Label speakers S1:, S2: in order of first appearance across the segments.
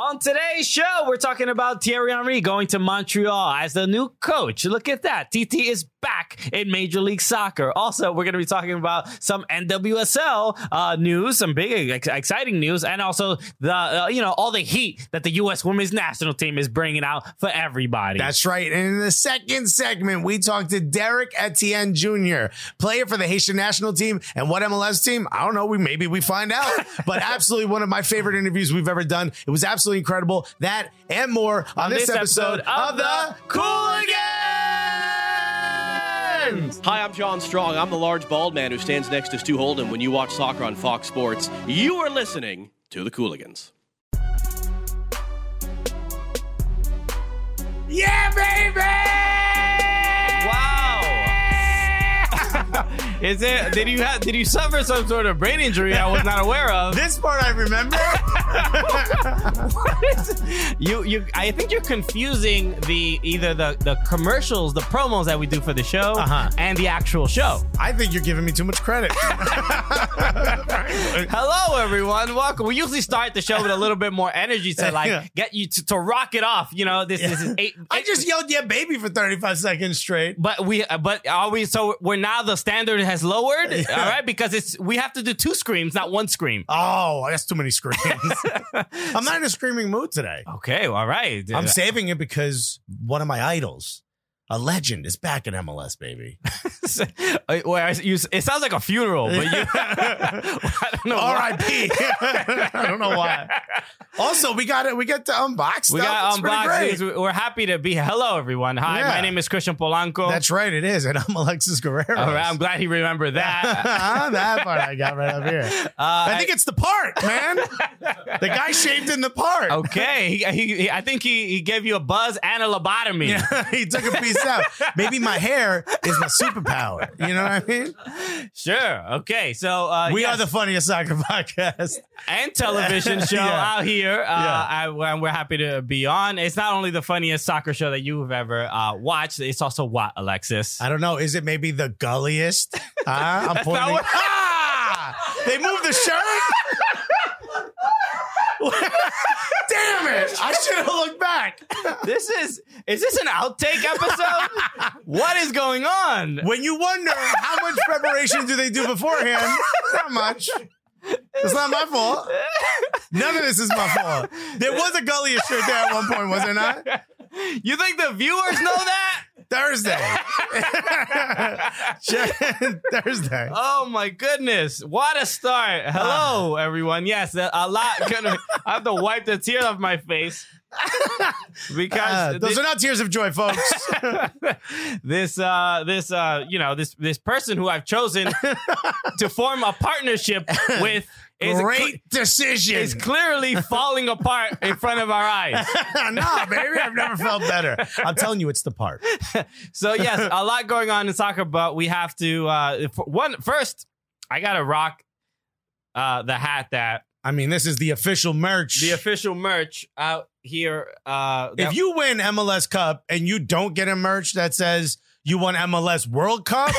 S1: On today's show, we're talking about Thierry Henry going to Montreal as the new coach. Look at that. TT is back in Major League Soccer. Also, we're going to be talking about some NWSL uh, news, some big, ex- exciting news, and also the, uh, you know, all the heat that the U.S. women's national team is bringing out for everybody.
S2: That's right. And in the second segment, we talked to Derek Etienne Jr., player for the Haitian national team and what MLS team? I don't know. We maybe we find out. but absolutely one of my favorite interviews we've ever done. It was absolutely incredible. That and more on,
S1: On
S2: this, episode, of, the Cooligans.
S3: Hi, I'm John Strong. I'm the large bald man who stands next to Stu Holden when you watch soccer on Fox Sports. You are listening to the Cooligans.
S2: Yeah, baby.
S1: Wow. Is it? Did you have? Did you suffer some sort of brain injury I was not aware of?
S2: This part I remember.
S1: you you I think you're confusing the either the the commercials, the promos that we do for the show
S2: Uh-huh.
S1: and the actual show.
S2: I think you're giving me too much credit. Uh,
S1: Hello everyone. Welcome. We usually start the show with a little bit more energy to like get you to, to rock it off, you know. This, this is eight
S2: I just yelled yeah baby for 35 seconds straight.
S1: but we but are we so we're now the standard has lowered, all right? Because it's we have to do two screams, not one scream.
S2: Oh, that's too many screams. I'm not in a screaming mood today.
S1: Okay, all right.
S2: I'm saving it because one of my idols, a legend, is back in MLS, baby.
S1: Uh, well, I- you- it sounds like a funeral, but you, I don't know. why.
S2: R.I.P. I don't know why. Also, we got it. We get to unbox.
S1: We
S2: stuff.
S1: got
S2: It's pretty
S1: unboxed.
S2: great.
S1: these. We're happy to be. Hello, everyone. Hi,
S2: Yeah.
S1: my name is Christian Polanco.
S2: That's right. It is, and I'm Alexis Guerrero.
S1: All right, I'm glad he remembered that.
S2: Ah, that part I got right up
S1: Uh,
S2: here. I think it's the part, man. the guy shaved in the part.
S1: okay, he, he, he- I think he, he gave you a buzz and a lobotomy.
S2: he took a piece out. Maybe my hair is my superpower. You know what I mean?
S1: Sure. Okay. So uh,
S2: We
S1: yes,
S2: are the funniest soccer podcast.
S1: and television show
S2: Yeah.
S1: out here. Uh,
S2: Yeah.
S1: I, and we're happy to be on. It's not only the funniest soccer show that you've ever uh, watched. It's also what Alexis.
S2: I don't know. Is it maybe the gulliest? Huh? I'm pointing.
S1: not what-
S2: ah! They moved the shirt. Damn it! I should have looked back.
S1: this is is this an outtake episode? what is going on?
S2: When you wonder how much preparation do they do beforehand, not much. It's not my fault. None of this is my fault. There was a gulliest shirt there at one point, was there not?
S1: You think the viewers know that?
S2: Thursday. Thursday.
S1: Oh my goodness! What a start!
S2: Ah.
S1: Hello, everyone. Yes, a a lot. Gonna, I have to wipe the tears off my face because
S2: Uh, those
S1: thi-
S2: are not tears of joy, folks.
S1: this, uh, this, uh, you know, this this person who I've chosen to form a partnership with is
S2: Great decision.
S1: is clearly falling apart in front of our eyes.
S2: no, baby, I've never felt better. I'm telling you, it's the part.
S1: So yes, a lot going on in soccer, but we have to uh, f- one first. I gotta rock uh, the hat that
S2: I mean, this is the official merch.
S1: the official merch out here. Uh, that-
S2: if you win MLS Cup and you don't get a merch that says you won MLS World Cup,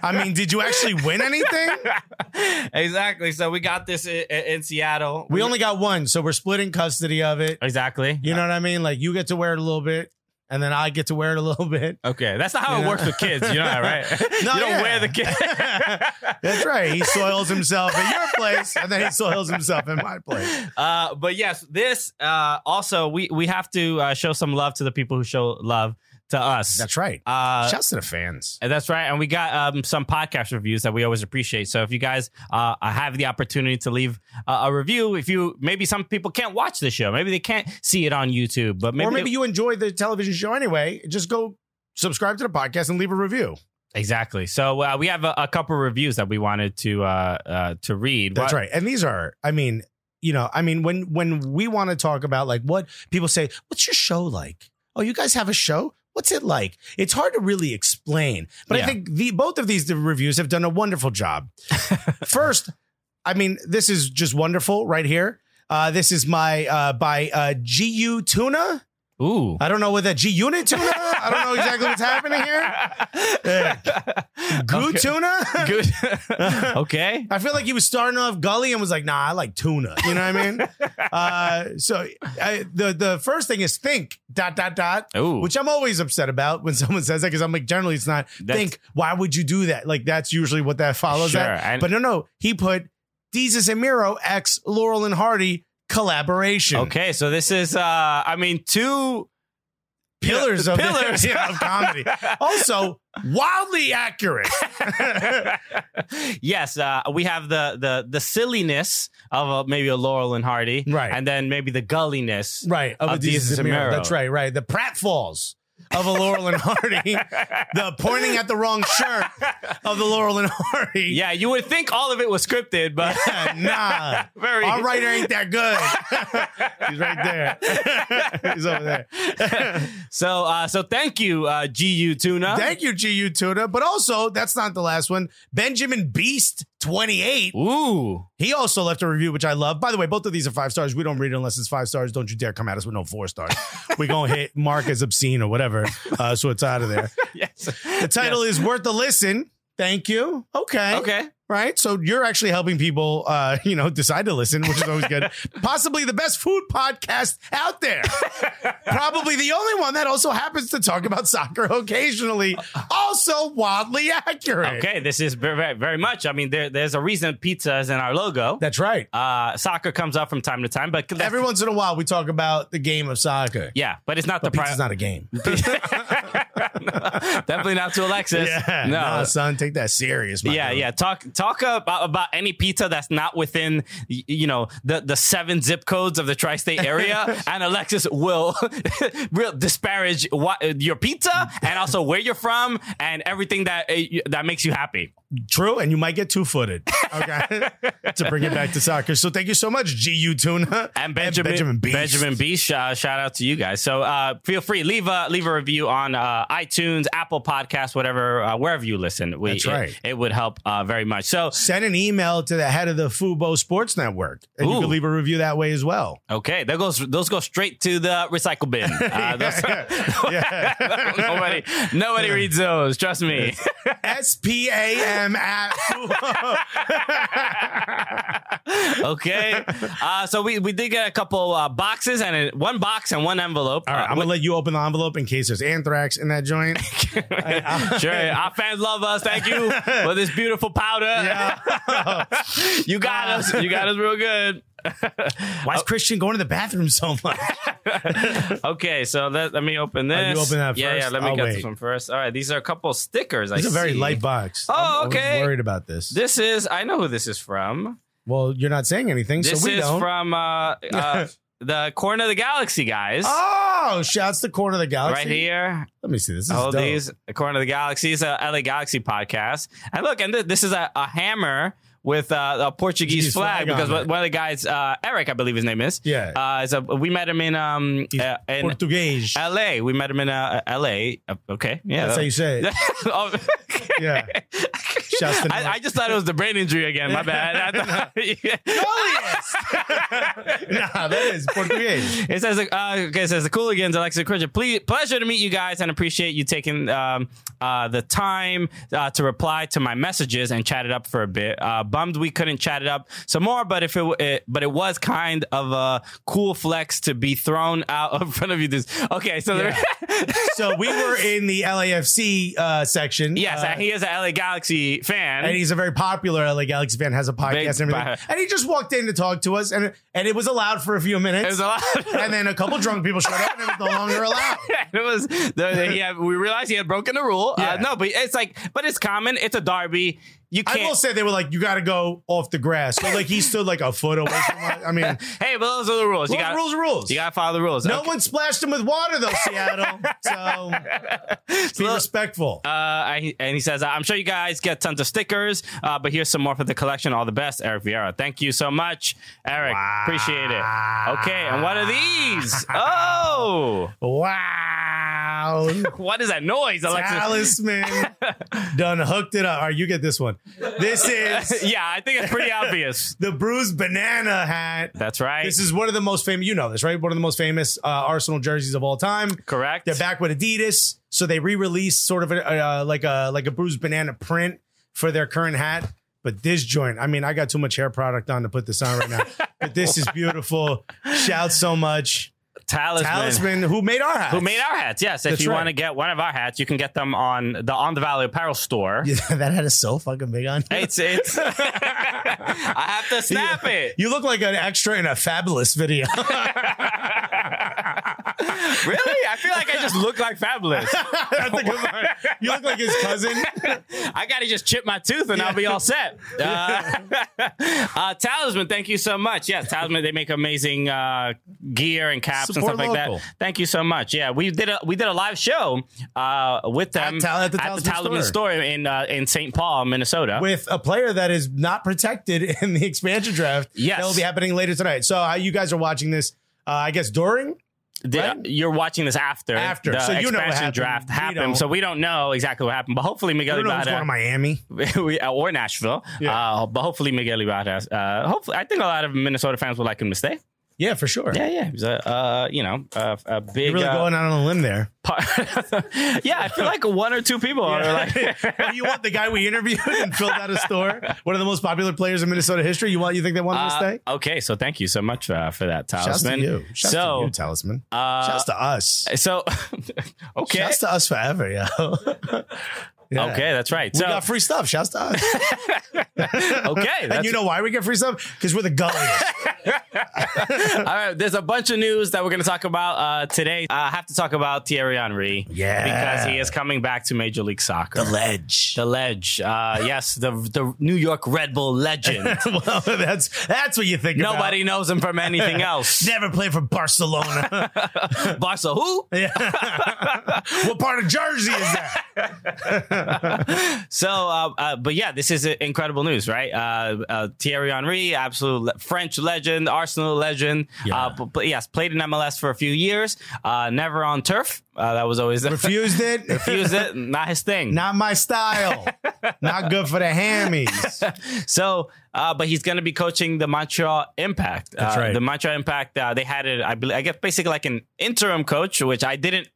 S2: I mean, did you actually win anything?
S1: exactly. So we got this in, in Seattle.
S2: We only got one, so we're splitting custody of it.
S1: exactly.
S2: You know what I mean? Like, you get to wear it a little bit, and then I get to wear it a little bit.
S1: Okay, that's not how it
S2: You know?
S1: works with kids. You know that, right?
S2: No,
S1: you don't
S2: yeah.
S1: wear the kid.
S2: That's right. He soils himself at your place, and then he soils himself in my place.
S1: uh, but yes, this uh, also we we have to uh, show some love to the people who show love to us.
S2: That's right.
S1: uh,
S2: Shouts to the fans.
S1: And That's right. And we got um, some podcast reviews that we always appreciate. So if you guys uh, have the opportunity to leave uh, a review, if you maybe some people can't watch the show, maybe they can't see it on YouTube, but maybe,
S2: or maybe
S1: they-
S2: you enjoy the television show anyway. Just go subscribe to the podcast and leave a review.
S1: exactly. So uh, we have a, a couple reviews that we wanted to uh, uh, to read.
S2: That's
S1: What-
S2: right. And these are, I mean, you know, I mean, when when we want to talk about like what people say, what's your show like? Oh, you guys have a show? What's it like? It's hard to really explain, but
S1: Yeah.
S2: I think the both of these reviews have done a wonderful job. First, I mean, this is just wonderful right here. Uh, this is my uh, by uh, Gu Tuna.
S1: Ooh.
S2: I don't know what that G unit tuna. I don't know exactly what's happening here. Yeah. Goo tuna.
S1: Good. okay.
S2: I feel like he was starting off gully and was like, "Nah, I like tuna." You know what I mean? uh, so I, the the first thing is think dot dot dot,
S1: Ooh.
S2: which I'm always upset about when someone says that because I'm like, generally it's not
S1: That's-
S2: think. Why would you do that? Like that's usually what that follows.
S1: Sure,
S2: at.
S1: and-
S2: but no, no, he put Jesus and Miro X Laurel and Hardy collaboration.
S1: Okay. So this is, uh I mean, two.
S2: pillars of
S1: Pillars.
S2: yeah, of comedy. Also, wildly accurate.
S1: yes, uh, we have the the the silliness of uh maybe a Laurel and Hardy,
S2: Right.
S1: and then maybe the gulliness,
S2: Right. Of,
S1: Of
S2: a Jesus,
S1: Jesus
S2: and Miro.
S1: Miro.
S2: That's right, right. The pratfalls of a Laurel and Hardy. the pointing at the wrong shirt of the Laurel and Hardy.
S1: Yeah, you would think all of it was scripted, but
S2: nah.
S1: Very-
S2: Our writer ain't that good. He's right there. He's over there.
S1: so uh, so thank you, uh, GU Tuna.
S2: Thank you, GU Tuna. But also, that's not the last one. Benjamin Beast, 28.
S1: Ooh,
S2: He also left a review, which I love. By the way, both of these are five stars. We don't read it unless it's five stars. Don't you dare come at us with no four stars. we going to hit Mark as obscene or whatever. Uh, so it's out of there.
S1: yes,
S2: The title is worth a listen. Thank you. Okay.
S1: okay.
S2: Right. So you're actually helping people, uh, you know, decide to listen, which is always good. Possibly the best food podcast out there. Probably the only one that also happens to talk about soccer occasionally. Also wildly accurate.
S1: Okay, this is ver- ver- very much. I mean, there, there's a reason pizza is in our logo.
S2: That's right.
S1: Uh, soccer comes up from time to time, but
S2: Every once in a while, we talk about the game of soccer.
S1: yeah, but it's not the
S2: Pizza's
S1: priority.
S2: not a game.
S1: Definitely not to Alexis.
S2: Yeah, no, son, take that serious. My
S1: yeah,
S2: dude.
S1: yeah. Talk talk about about any pizza that's not within y- you know the the seven zip codes of the tri-state area, and Alexis will real disparage what, your pizza and also where you're from and everything that uh, you- that makes you happy.
S2: True, and you might get two footed. Okay, to bring it back to soccer. So thank you so much, Gu Tuna
S1: And Benjamin
S2: Benjamin Beast.
S1: Benjamin Beast, uh, shout out to you guys. So uh, feel free leave a leave a review on uh, iTunes, Apple Podcasts, whatever uh, wherever you listen. We,
S2: That's
S1: it-
S2: right.
S1: It, would help uh, very much. So
S2: Send an email to the head of the Fubo Sports Network, and you
S1: Ooh.
S2: can leave a review that way as well.
S1: Okay, that goes. Those go straight to the recycle bin. Uh, those- nobody, nobody reads those. Trust me.
S2: S P A M at Fubo.
S1: okay. Uh, so we, we did get a couple uh, boxes and a, one box and one envelope. Uh,
S2: All right, I'm gonna let you open the envelope in case there's anthrax in that joint.
S1: sure, our fans love us. Thank you for this beautiful powder.
S2: Uh,
S1: you got us. You got us real good.
S2: Why is Christian going to the bathroom so much?
S1: Okay, so let, let me open this.
S2: Oh, you open that
S1: yeah, yeah.
S2: first?
S1: Let me
S2: I'll
S1: get
S2: wait.
S1: this one first. All right, these are a couple stickers. I
S2: It's a very
S1: see.
S2: light box.
S1: Oh,
S2: I was
S1: okay.
S2: worried about this.
S1: This is. I know who this is from.
S2: Well, you're not saying anything,
S1: This
S2: so we
S1: is
S2: don't.
S1: from uh, uh, the corner of the galaxy, guys.
S2: oh, shouts to Corner of the Galaxy.
S1: right here.
S2: Let me see. This is
S1: All
S2: dope.
S1: these corner of the galaxy is a LA Galaxy podcast. And look, and th- this is a, a hammer with uh, a Portuguese
S2: Portuguese
S1: flag,
S2: flag on
S1: because
S2: it.
S1: one- one of the guys, uh, Eric, I believe his name is.
S2: Yeah.
S1: uh, is a, we met him in um
S2: He's
S1: uh, in
S2: Portuguese.
S1: L.A. We met him in uh, L.A. Uh, okay, yeah.
S2: That's how you say it.
S1: Oh,
S2: Yeah. Shouts to
S1: I, I just thought it was the brain injury again. My bad. I thought-
S2: nah, that is Portuguese.
S1: It says, uh, okay, it says the Cooligans, Alexa Christian. Please, pleasure to meet you guys and appreciate you taking um, uh, the time uh, to reply to my messages and chat it up for a bit. Uh, bummed we couldn't chat it up some more, but if it, w- it but it was kind of a cool flex to be thrown out in front of you. This okay, so there,
S2: So we were in the LAFC uh, section.
S1: yes,
S2: uh,
S1: he is an LA Galaxy fan.
S2: and he's a very popular LA Galaxy fan, has a podcast
S1: Big
S2: and everything.
S1: bi-
S2: And he just walked in to talk to us, and and it was allowed for a few minutes.
S1: It was a lot.
S2: and then a couple drunk people showed up, and it was no longer allowed.
S1: it was the, yeah. We realized he had broken the rule. Uh,
S2: Yeah.
S1: no, but it's like, but it's common. It's a derby. You
S2: I
S1: can't.
S2: will say they were like, you got to go off the grass. So like he stood like a foot away from us. I mean,
S1: hey, but those are the rules.
S2: rules,
S1: you got
S2: rules, rules.
S1: You gotta follow the rules.
S2: no
S1: Okay.
S2: one splashed him with water though, Seattle. So be respectful.
S1: Uh, I, and he says, I'm sure you guys get tons of stickers, uh, but here's some more for the collection. All the best, Eric Vieira. Thank you so much, Eric. Appreciate it. Okay, and what are these? Oh,
S2: wow. Town.
S1: What is that noise, Alexis?
S2: Talisman done hooked it up. All right, you get this one. This is
S1: yeah, I think it's pretty obvious.
S2: the bruised banana hat.
S1: That's right.
S2: This is one of the most famous. You know this, right? One of the most famous uh, Arsenal jerseys of all time.
S1: Correct.
S2: They're back with Adidas, so they re-released sort of a, uh, like a like a bruised banana print for their current hat. But this joint, I mean, I got too much hair product on to put this on right now. but this is beautiful. Shout so much,
S1: Talisman.
S2: Talisman, who made our hat?
S1: Who made our hats? Yes. If
S2: That's
S1: you
S2: right.
S1: want to get one of our hats, you can get them on the On the Valley Apparel store.
S2: that hat is so fucking big on. you.
S1: It's it's. I have to snap it.
S2: You look like an extra in a fabulous video.
S1: Really? I feel like I just look like fabulous.
S2: That's a good one. You look like his cousin.
S1: I gotta just chip my tooth and I'll be all set. Uh, uh, Talisman, thank you so much. Yes, Talisman, they make amazing uh, gear and caps
S2: Support
S1: and stuff
S2: local.
S1: like that. Thank you so much. Yeah, we did a we did a live show uh, with them
S2: At Tal- at the Talisman
S1: store,
S2: store.
S1: in uh, in Saint Paul, Minnesota.
S2: With a player that is not protected in the expansion draft.
S1: Yes.
S2: That will be happening later tonight. So uh, you guys are watching this, uh, I guess, during?
S1: The- uh,
S2: right?
S1: You're watching this after
S2: After.
S1: the
S2: So you know what
S1: expansion draft
S2: happened. We
S1: happened,
S2: don't.
S1: so we don't know exactly what happened. But hopefully, Miguel
S2: I don't know who's going to
S1: Ibarra
S2: Miami.
S1: we, uh, or Nashville,
S2: Yeah.
S1: uh, but hopefully Miguel Ibarra. Uh, hopefully, I think a lot of Minnesota fans would like him to stay.
S2: Yeah, for sure.
S1: Yeah, yeah. He's a, uh, you know, a, a big.
S2: You're really
S1: uh,
S2: going out on a limb there.
S1: part- yeah, I feel like one or two people are like. uh,
S2: Oh, you want the guy we interviewed and filled out a store? One of the most popular players in Minnesota history. You want? You think they want him to
S1: Uh,
S2: stay?
S1: okay, so thank you so much uh, for that,
S2: Shouts
S1: Talisman.
S2: to you. Shouts
S1: so,
S2: to you, Talisman.
S1: uh,
S2: Shouts to us.
S1: so, okay,
S2: Shouts to us forever, yo. Yeah.
S1: okay, that's right.
S2: We
S1: So,
S2: got free stuff. Shouts to us.
S1: okay,
S2: and
S1: that's-
S2: you know why we get free stuff? Because we're the gulliest.
S1: all right. There's a bunch of news that we're going to talk about uh, today. Uh, I have to talk about Thierry Henry,
S2: Yeah.
S1: because he is coming back to Major League Soccer.
S2: ledge.
S1: The ledge, uh, yes, the the New York Red Bull legend.
S2: well, that's that's what you think. about.
S1: Nobody knows him from anything else.
S2: never played for Barcelona.
S1: Barca, who?
S2: what part of Jersey is that?
S1: So, uh, uh, but yeah, this is uh, incredible news, right? Uh, uh, Thierry Henry, absolute le- French legend, Arsenal legend. Uh, but, but yes, played in MLS for a few years. Uh, never on turf. Uh, that was always
S2: Refused it.
S1: refused it. Not his thing.
S2: Not my style. Not good for the hammies.
S1: So, uh, but he's going to be coaching the Montreal Impact.
S2: That's
S1: uh,
S2: right.
S1: The Montreal Impact. Uh, they had it. I believe. I guess basically like an interim coach, which I didn't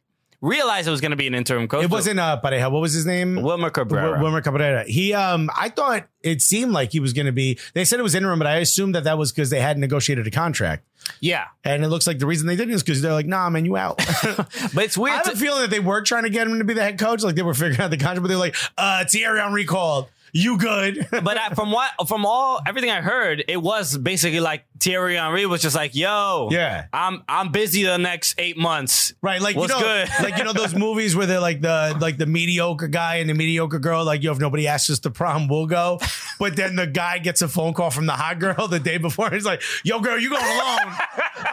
S1: realize it was going to be an interim coach.
S2: It wasn't uh, Pareja. What was his name?
S1: Wilmer Cabrera.
S2: Wi- Wilmer Cabrera. He, um, I thought it seemed like he was going to be. They said it was interim, but I assumed that that was because they had negotiated a contract.
S1: yeah,
S2: And it looks like the reason they didn't is because they're like, nah, man, you out.
S1: but it's
S2: I
S1: weird.
S2: have
S1: to-
S2: a feeling that they were trying to get him to be the head coach. Like they were figuring out the contract, but they were like, uh, Thierry Henry called. You good.
S1: but I, from what from all everything I heard, it was basically like Thierry Henry was just like, "Yo,
S2: Yeah.
S1: I'm I'm busy the next eight months."
S2: Right, like
S1: What's
S2: you know,
S1: good?
S2: like you know those movies where they're like the like the mediocre guy and the mediocre girl. Like, yo, if nobody asks us to prom, we'll go. But then the guy gets a phone call from the hot girl the day before. He's like, "Yo, girl, you going alone?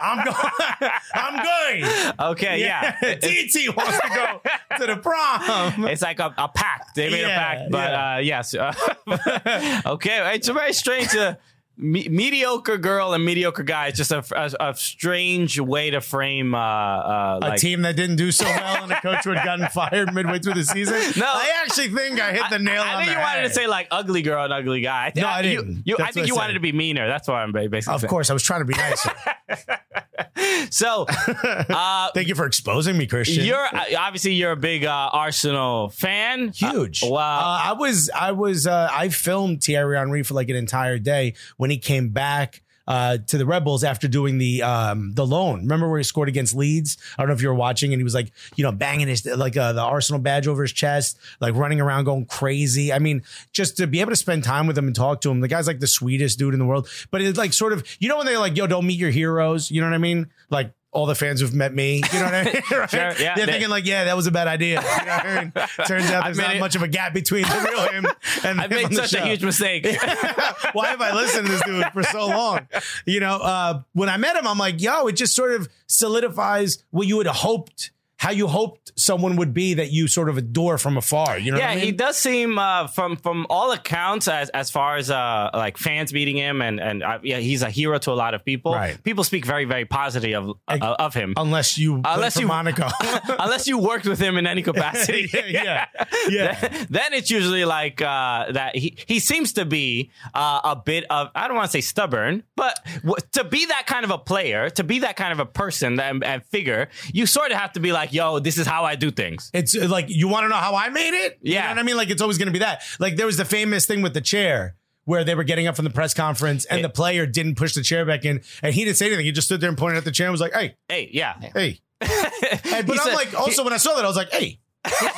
S2: I'm going. I'm going.
S1: Okay, yeah.
S2: TT wants to go to the prom.
S1: It's like a, a pact. They made a
S2: Yeah,
S1: pact, but
S2: yeah.
S1: uh, yes. Uh, okay, it's very strange. uh me- mediocre girl and mediocre guy. It's just a, a, a strange way to frame uh, uh,
S2: A
S1: like,
S2: team that didn't do so well and a coach who had gotten fired midway through the season.
S1: No.
S2: I actually think I hit the nail
S1: I
S2: on
S1: think
S2: the
S1: you wanted to
S2: head.
S1: say like ugly girl and ugly guy. I think,
S2: No, I
S1: you-
S2: didn't.
S1: You, I
S2: That's what
S1: think
S2: I
S1: you
S2: said.
S1: wanted to be meaner. That's what I'm ba- basically.
S2: Of
S1: saying.
S2: course, I was trying to be nice.
S1: Uh, So
S2: Thank you for exposing me, Christian.
S1: You're uh, obviously you're a big uh, Arsenal fan.
S2: huge.
S1: Uh, wow.
S2: Uh, I was, I was, uh, I filmed Thierry Henry for like an entire day when he came back. Uh, to the Rebels after doing the um, the loan. Remember where he scored against Leeds? I don't know if you were watching, and he was like, you know, banging his like uh, the Arsenal badge over his chest, like running around going crazy. I mean, just to be able to spend time with him and talk to him. The guy's like the sweetest dude in the world. But it's like sort of, you know, when they're like, yo, don't meet your heroes. You know what I mean? Like. All the fans who've met me, you know what I mean? Right?
S1: Sure, yeah,
S2: They're
S1: they-
S2: thinking like, yeah, that was a bad idea. You know what I mean? Turns out there's
S1: made
S2: not
S1: it-
S2: much of a gap between the real him and
S1: I
S2: the him on
S1: made
S2: the
S1: such a
S2: show.
S1: huge mistake.
S2: Why have I listened to this dude for so long? You know, uh, when I met him, I'm like, yo, it just sort of solidifies what you would have hoped how you hoped someone would be that you sort of adore from afar. You know
S1: yeah,
S2: what I mean?
S1: he does seem uh, from from all accounts as as far as uh, like fans meeting him and and uh, yeah, he's a hero to a lot of people.
S2: Right.
S1: People speak very very positive of uh, of him.
S2: Unless you
S1: Unless
S2: unless you
S1: you-
S2: Monaco.
S1: Unless you worked with him in any capacity,
S2: Yeah, yeah, yeah.
S1: Then, then it's usually like uh, that. He he seems to be uh, a bit of I don't want to say stubborn, but w- to be that kind of a player, to be that kind of a person that, and figure, you sort of have to be like, yo, this is how I do things.
S2: It's uh, like you want to know how I made it. you
S1: Yeah.
S2: know what I mean, like it's always going to be that. Like there was the famous thing with the chair where they were getting up from the press conference and the player didn't push the chair back in, and he didn't say anything. He just stood there and pointed at the chair and was like, "Hey,
S1: Hey, yeah,
S2: hey." And- but
S1: He
S2: I'm
S1: said-
S2: like, also when I saw that, I was like, "Hey,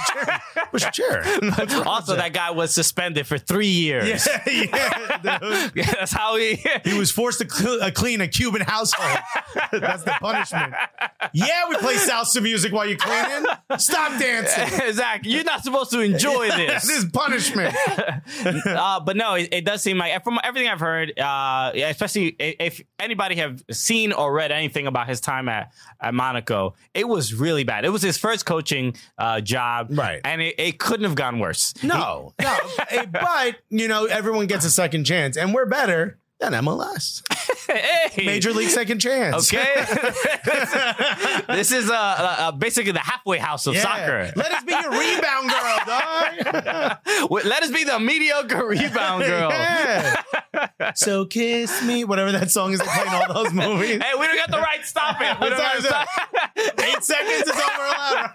S2: push the chair." Push the chair.
S1: also, that guy was suspended for three years.
S2: yeah, yeah, dude.
S1: Yeah, That's how he.
S2: He was forced to cl- uh, clean a Cuban household. That's the punishment. Yeah, we play salsa music while you're cleaning. Stop dancing.
S1: Zach, you're not supposed to enjoy
S2: This
S1: this.
S2: is punishment.
S1: Uh, but no, it, it does seem like from everything I've heard, uh, yeah, especially i- if anybody have seen or read anything about his time at, at Monaco, it was really bad. It was his first coaching uh, job,
S2: Right.
S1: And it, it couldn't have gone worse.
S2: No, no. Eh, but you know, everyone gets a second chance, and we're better than MLS,
S1: Hey!
S2: Major League Second Chance.
S1: Okay, this is uh, uh, basically the halfway house of
S2: Yeah.
S1: soccer.
S2: Let us be your rebound girl, dog.
S1: Let, us be the mediocre rebound girl.
S2: Yeah. So kiss me, whatever that song is they play in all those movies.
S1: Hey, we don't got the right. Stop it. We don't
S2: Sorry,
S1: got
S2: sorry. Eight seconds is over allowed,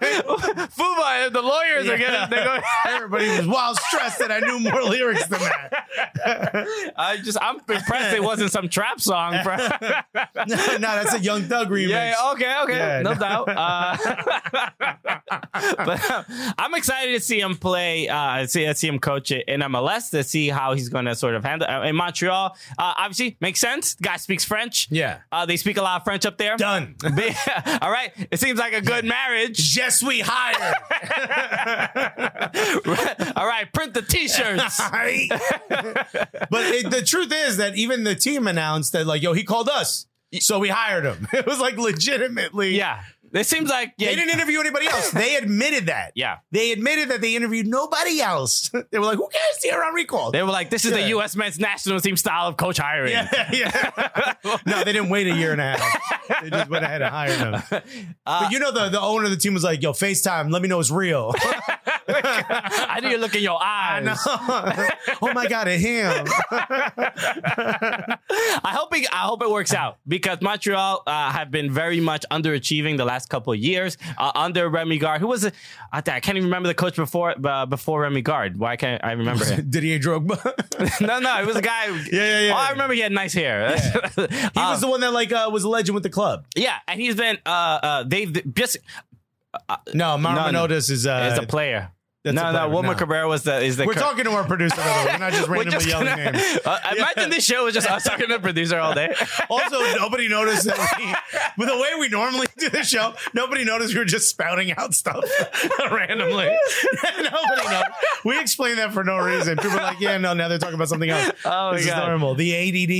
S2: right?
S1: Fuba, the lawyers are gonna. They're going,
S2: Everybody was wild stressed that I knew more lyrics than that.
S1: I just, I'm impressed it wasn't some trap song, bro. yeah,
S2: No, that's a Young Thug remix.
S1: yeah, oh. okay, okay,
S2: Yeah,
S1: no,
S2: no.
S1: doubt. Uh, but um, I'm excited to see him play, uh, see, see him coach it in MLS to see how he's going to sort of handle uh, in Montreal. Uh, obviously, makes sense. guy speaks French.
S2: Yeah.
S1: uh, they speak a lot of French up there.
S2: Done.
S1: All right, it seems like a good marriage.
S2: Yes, we hired.
S1: All right, print the T-shirts.
S2: Right? but it, the truth is that even the team announced that, like, yo, he called us, so we hired him. It was like legitimately.
S1: Yeah. It seems like yeah,
S2: They didn't interview anybody else. They admitted that.
S1: Yeah.
S2: They admitted that they interviewed nobody else. They were like, who cares? They're on recall.
S1: they were like, this is
S2: Yeah.
S1: the U.S. men's national team style of coach hiring.
S2: yeah, yeah. no, they didn't wait a year and a half. They just went ahead and hired him.
S1: Uh,
S2: but you know, the, the owner of the team was like, yo, FaceTime, let me know it's real.
S1: I need to look in your eyes. I,
S2: oh my God, at him.
S1: hope it, I hope it works out because Montreal uh, have been very much underachieving the last couple of years uh, under Remy Gard. Who was it? I th- I can't even remember the coach before uh, before Remy Gard. Why can't I remember him?
S2: Didier Drogba.
S1: no, no, it was a guy.
S2: yeah, yeah.
S1: Oh, I remember he had nice hair.
S2: He was the one that like uh, was a legend with the club.
S1: yeah, and he's been uh, uh, they've just
S2: No, Marvin
S1: no.
S2: Otis is uh,
S1: as a player. No,
S2: that's a
S1: no,
S2: player,
S1: Wilmer
S2: no.
S1: Cabrera was the is the
S2: We're
S1: cur-
S2: talking to our producer. By the way. We're not just
S1: We're
S2: randomly
S1: just
S2: yelling
S1: gonna-
S2: names.
S1: Uh, Imagine this show was just us talking to the producer all day.
S2: Also, nobody noticed that we, with the way we normally do the show, nobody noticed we were just spouting out stuff randomly. nobody noticed. We explained that for no reason. People are like, yeah, no, now they're talking about something else.
S1: Oh, my
S2: this is
S1: God.
S2: normal. The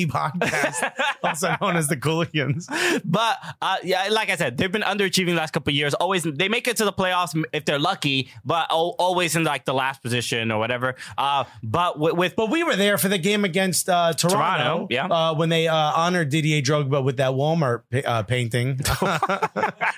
S2: ADD podcast, also known as the Cooligans.
S1: But uh, yeah, like I said, they've been underachieving the last couple of years. Always, they make it to the playoffs m- if they're lucky, but al- always in like the last position or whatever. Uh, but with, with
S2: But we were there for the game against uh, Toronto,
S1: Toronto, yeah.
S2: uh, when they uh, honored Didier Drogba with that Walmart pa- uh, painting.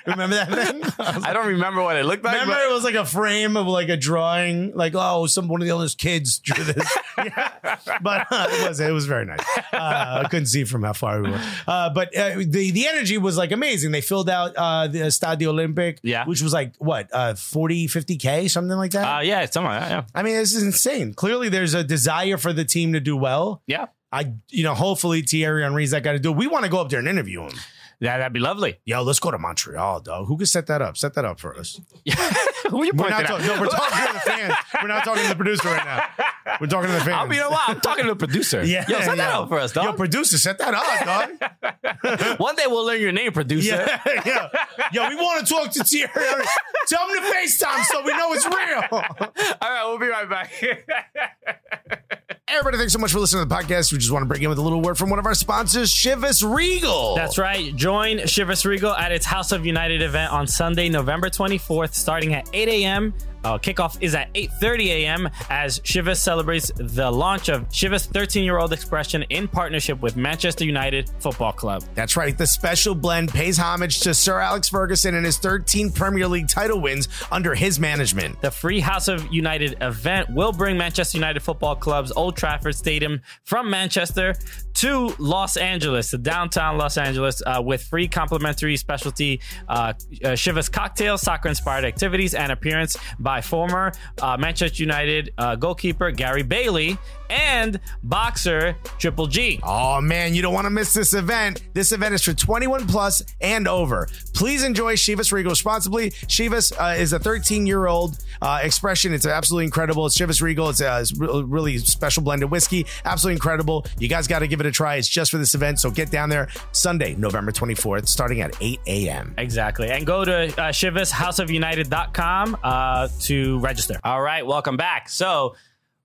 S2: Remember that thing?
S1: I don't remember what it looked like.
S2: Remember, it was like a frame of like a drawing, like oh, some one of the oldest kids drew this. Yeah. But uh, it was it was very nice. Uh, I couldn't see from how far we were, uh, but uh, the the energy was like amazing. They filled out uh, the Stadio Olympic,
S1: Yeah.
S2: which was like what uh, 40, 50 k, something like that.
S1: But, uh, yeah, it's something like that. Yeah.
S2: I mean, this is insane. Clearly, there's a desire for the team to do well.
S1: Yeah.
S2: I, you know, hopefully Thierry Henry's that guy to do. it. We want to go up there and interview him.
S1: Yeah, that'd be lovely.
S2: Yo, let's go to Montreal, dog. Who could set that up? Set that up for us.
S1: Who you pointing
S2: We're not
S1: at?
S2: talking. No, we're talking to the fans. We're not talking to the producer right now. We're talking to the fans.
S1: I mean, you know what? I'm talking to the producer.
S2: yeah,
S1: Yo, set that
S2: yeah.
S1: up for us,
S2: Yo,
S1: dog.
S2: producer, set that up, dog.
S1: One day we'll learn your name, producer.
S2: yeah, yeah. Yo, we want to talk to Thierry. Henry. Tell him to FaceTime so we know it's real.
S1: All right, we'll be right back.
S2: everybody, thanks so much for listening to the podcast. We just want to break in with a little word from one of our sponsors, Shivas Regal.
S1: That's right. Join Shivas Regal at its House of United event on Sunday, November 24th, starting at 8 a.m. Uh, kickoff is at 8:30 a.m. as Shivas celebrates the launch of Shivas 13-year-old expression in partnership with Manchester United Football Club.
S2: That's right. The special blend pays homage to Sir Alex Ferguson and his 13 Premier League title wins under his management.
S1: The free House of United event will bring Manchester United Football Club's Old Trafford Stadium from Manchester to Los Angeles, to downtown Los Angeles, uh, with free complimentary specialty uh, uh, Shivas cocktails, soccer inspired activities, and appearance by former uh, Manchester United uh, goalkeeper Gary Bailey and boxer Triple G.
S2: Oh man, you don't want to miss this event. This event is for 21 plus and over. Please enjoy Shivas Regal responsibly. Shivas uh, is a 13 year old uh, expression. It's absolutely incredible. It's Shivas Regal. It's a it's re- really special blend of whiskey. Absolutely incredible. You guys got to give it a try. It's just for this event. So get down there Sunday, November 24th, starting at 8 a.m.
S1: Exactly. And go to uh, shivashouseofunited.com uh, to register. All right, welcome back. So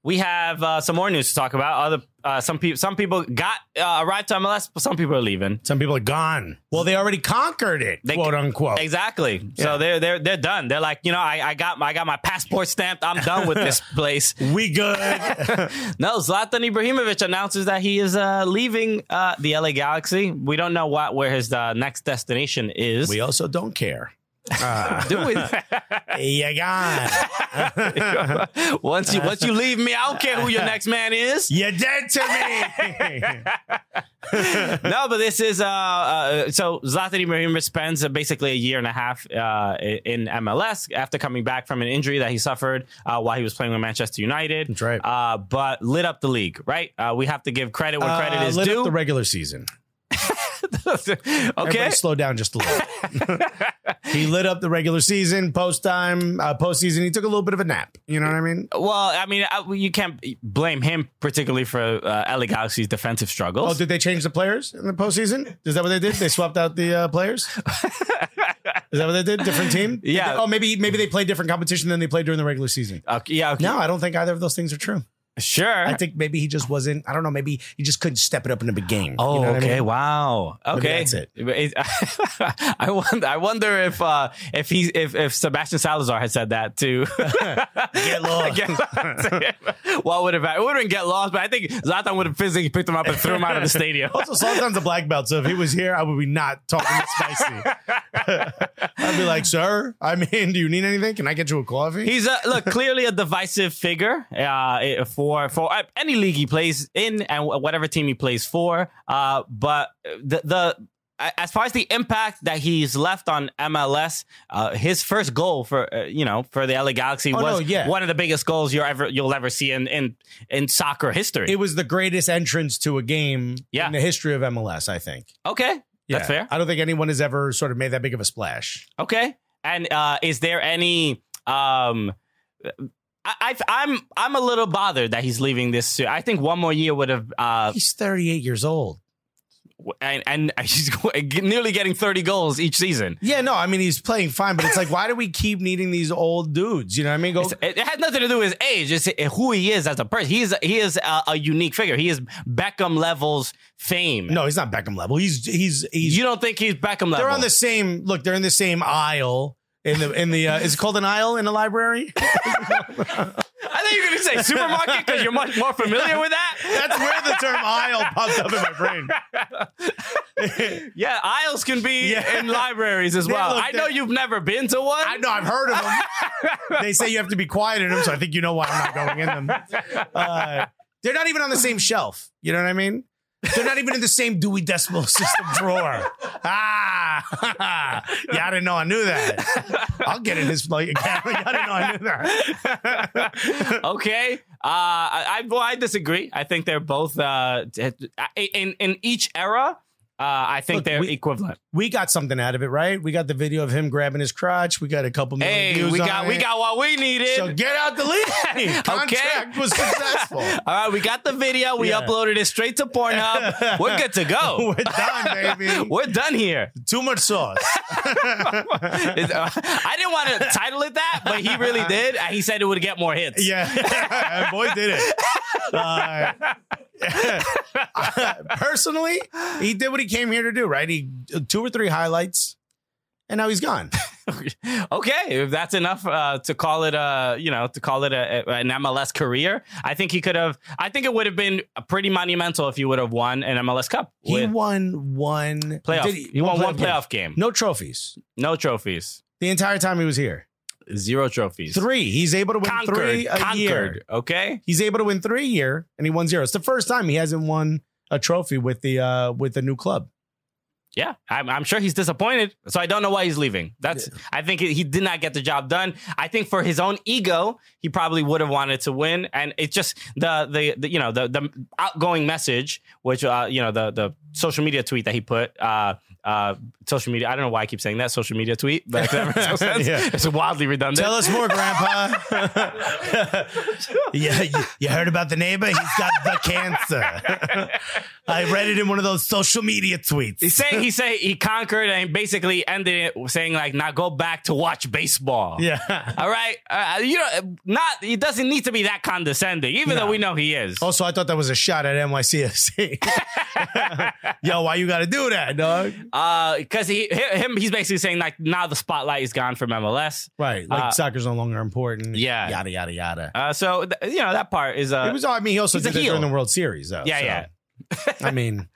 S1: we have uh, some more news to talk about. Other uh, some people some people got uh, arrived to MLS, but some people are leaving.
S2: Some people are gone. Well, they already conquered it,
S1: They-
S2: quote unquote.
S1: Exactly. So they're they're they're done. They're like, you know, I, I got my I got my passport stamped. I'm done with this place.
S2: We good.
S1: No, Zlatan Ibrahimovic announces that he is uh, leaving uh, the LA Galaxy. We don't know what where his uh, next destination is.
S2: we also don't care.
S1: do we?
S2: you gone.
S1: once you once you leave me, I don't care who your next man is.
S2: you dead to me.
S1: no, but this is uh, uh so Zlatan Ibrahimovic spends uh, basically a year and a half uh in MLS after coming back from an injury that he suffered uh, while he was playing with Manchester United.
S2: That's right.
S1: Uh, but lit up the league, right? Uh, we have to give credit where credit
S2: Uh,
S1: is
S2: lit up
S1: due.
S2: the regular season.
S1: okay.
S2: Everybody slow down just a little. he lit up the regular season, post time, uh, postseason. He took a little bit of a nap. You know what I mean?
S1: Well, I mean, I, you can't blame him particularly for uh, LA Galaxy's defensive struggles.
S2: Oh, did they change the players in the postseason? Is that what they did? They swapped out the uh, players. Is that what they did? Different team? Did
S1: Yeah.
S2: they- oh, maybe maybe they played different competition than they played during the regular season.
S1: Okay, yeah, okay.
S2: No, I don't think either of those things are true.
S1: sure.
S2: I think maybe he just wasn't. I don't know. Maybe he just couldn't step it up in the big game.
S1: Oh,
S2: You know what I
S1: okay.
S2: mean?
S1: Wow.
S2: Maybe
S1: Okay.
S2: that's it.
S1: I wonder. I wonder if uh, if he if if Sebastian Salazar had said that too.
S2: Get lost.
S1: Get lost. what would have happened? It would have been get lost, but I think Zlatan would have physically picked him up and threw him out of the stadium.
S2: Also, Sultan's a black belt, so if he was here, I would be not talking this spicy. I'd be like, "Sir, I mean, do you need anything? Can I get you a coffee?"
S1: He's a, look clearly a divisive figure uh, it- for for uh, any league he plays in and wh- whatever team he plays for. Uh, but the the a- as far as the impact that he's left on MLS, uh, his first goal for uh, you know for the LA Galaxy
S2: Oh,
S1: was
S2: no, yeah.
S1: one of the biggest goals you're ever you'll ever see in in, in soccer history.
S2: it was the greatest entrance to a game
S1: Yeah.
S2: in the history of MLS. I think
S1: okay, that's
S2: Yeah.
S1: fair.
S2: I don't think anyone has ever sort of made that big of a splash.
S1: Okay. And uh, is there any? Um, I, I've, I'm I'm a little bothered that he's leaving this. soon. I think one more year would have. Uh,
S2: He's 38 years old.
S1: and and he's nearly getting 30 goals each season.
S2: Yeah, no, I mean he's playing fine, but it's like, why do we keep needing these old dudes? You know what I mean? Go.
S1: It's- It, it has nothing to do with his age. It's who he is as a person. He is he is a, a unique figure. He is Beckham levels fame.
S2: no, he's not Beckham level. He's he's he's.
S1: you don't think he's Beckham level?
S2: they're on the same. Look, they're in the same aisle. In the in the uh, is it called an aisle in a library?
S1: I think you're going to say supermarket because you're much more familiar with that.
S2: That's where the term aisle popped up in my brain.
S1: Yeah, aisles can be
S2: Yeah.
S1: in libraries as
S2: Yeah,
S1: well.
S2: look,
S1: I know
S2: they're-
S1: you've never been to one.
S2: I know I've heard of them. they say you have to be quiet in them, so I think you know why I'm not going in them. Uh, they're not even on the same shelf. You know what I mean? They're not even in the same Dewey Decimal System drawer. Ah, yeah, I didn't know I knew that. I'll get in his plate. I didn't know I knew that.
S1: okay. Uh, I, I, well, I disagree. I think they're both uh, t- in in each era. Uh, I think
S2: Look,
S1: they're
S2: we-
S1: equivalent.
S2: We got something out of it, right? We got the video of him grabbing his crotch. We got a couple million
S1: Hey,
S2: views
S1: we
S2: on
S1: got we
S2: it.
S1: got what we needed.
S2: So get out the league. Contract was successful.
S1: All right, we got the video. We
S2: Yeah.
S1: uploaded it straight to Pornhub. We're good to go.
S2: We're done, baby.
S1: We're done here.
S2: Too much sauce.
S1: It's- uh, I didn't want to title it that, but he really did. and He said it would get more hits.
S2: Yeah, boy did it. Uh, personally, he did what he came here to do, right? He uh, two or three highlights, and now he's gone.
S1: okay, if that's enough uh, to call it a, you know, to call it a, an MLS career, I think he could have. I think it would have been pretty monumental if he would have won an MLS Cup.
S2: He
S1: with
S2: won one
S1: playoff.
S2: did
S1: He, won one playoff game.
S2: game. No trophies
S1: No trophies.
S2: the entire time he was here.
S1: Zero trophies.
S2: Three. He's able to win
S1: Conquered.
S2: three a
S1: Conquered.
S2: year.
S1: Okay.
S2: He's able to win three a year, and he won zero. It's the first time he hasn't won a trophy with the uh, with the new club.
S1: Yeah, I'm, I'm sure he's disappointed. So I don't know why he's leaving. That's I think he, he did not get the job done. I think for his own ego, he probably would have wanted to win. And it's just the the, the you know the the outgoing message, which uh, you know the the social media tweet that he put. Uh, uh, social media. I don't know why I keep saying that social media tweet, but that makes no sense.
S2: Yeah.
S1: it's wildly redundant.
S2: Tell us more, Grandpa. yeah, you, you heard about the neighbor? He's got the cancer. I read it in one of those social media tweets.
S1: He say he say he conquered and basically ended it saying like now go back to watch baseball.
S2: Yeah.
S1: All right, uh, you know, not he doesn't need to be that condescending, even though we know he is.
S2: Also, I thought that was a shot at NYCFC. Yo, why you got to do that, dog?
S1: Because Uh, he hi- him he's basically saying like now the spotlight is gone from MLS.
S2: Right. Like
S1: Uh,
S2: soccer's no longer important.
S1: Yeah.
S2: Yada, yada, yada.
S1: Uh, so th- you know that part is uh,
S2: it was, I mean, he also
S1: he's a
S2: did it during
S1: heel.
S2: the World Series, though.
S1: Yeah,
S2: so.
S1: yeah.
S2: I mean,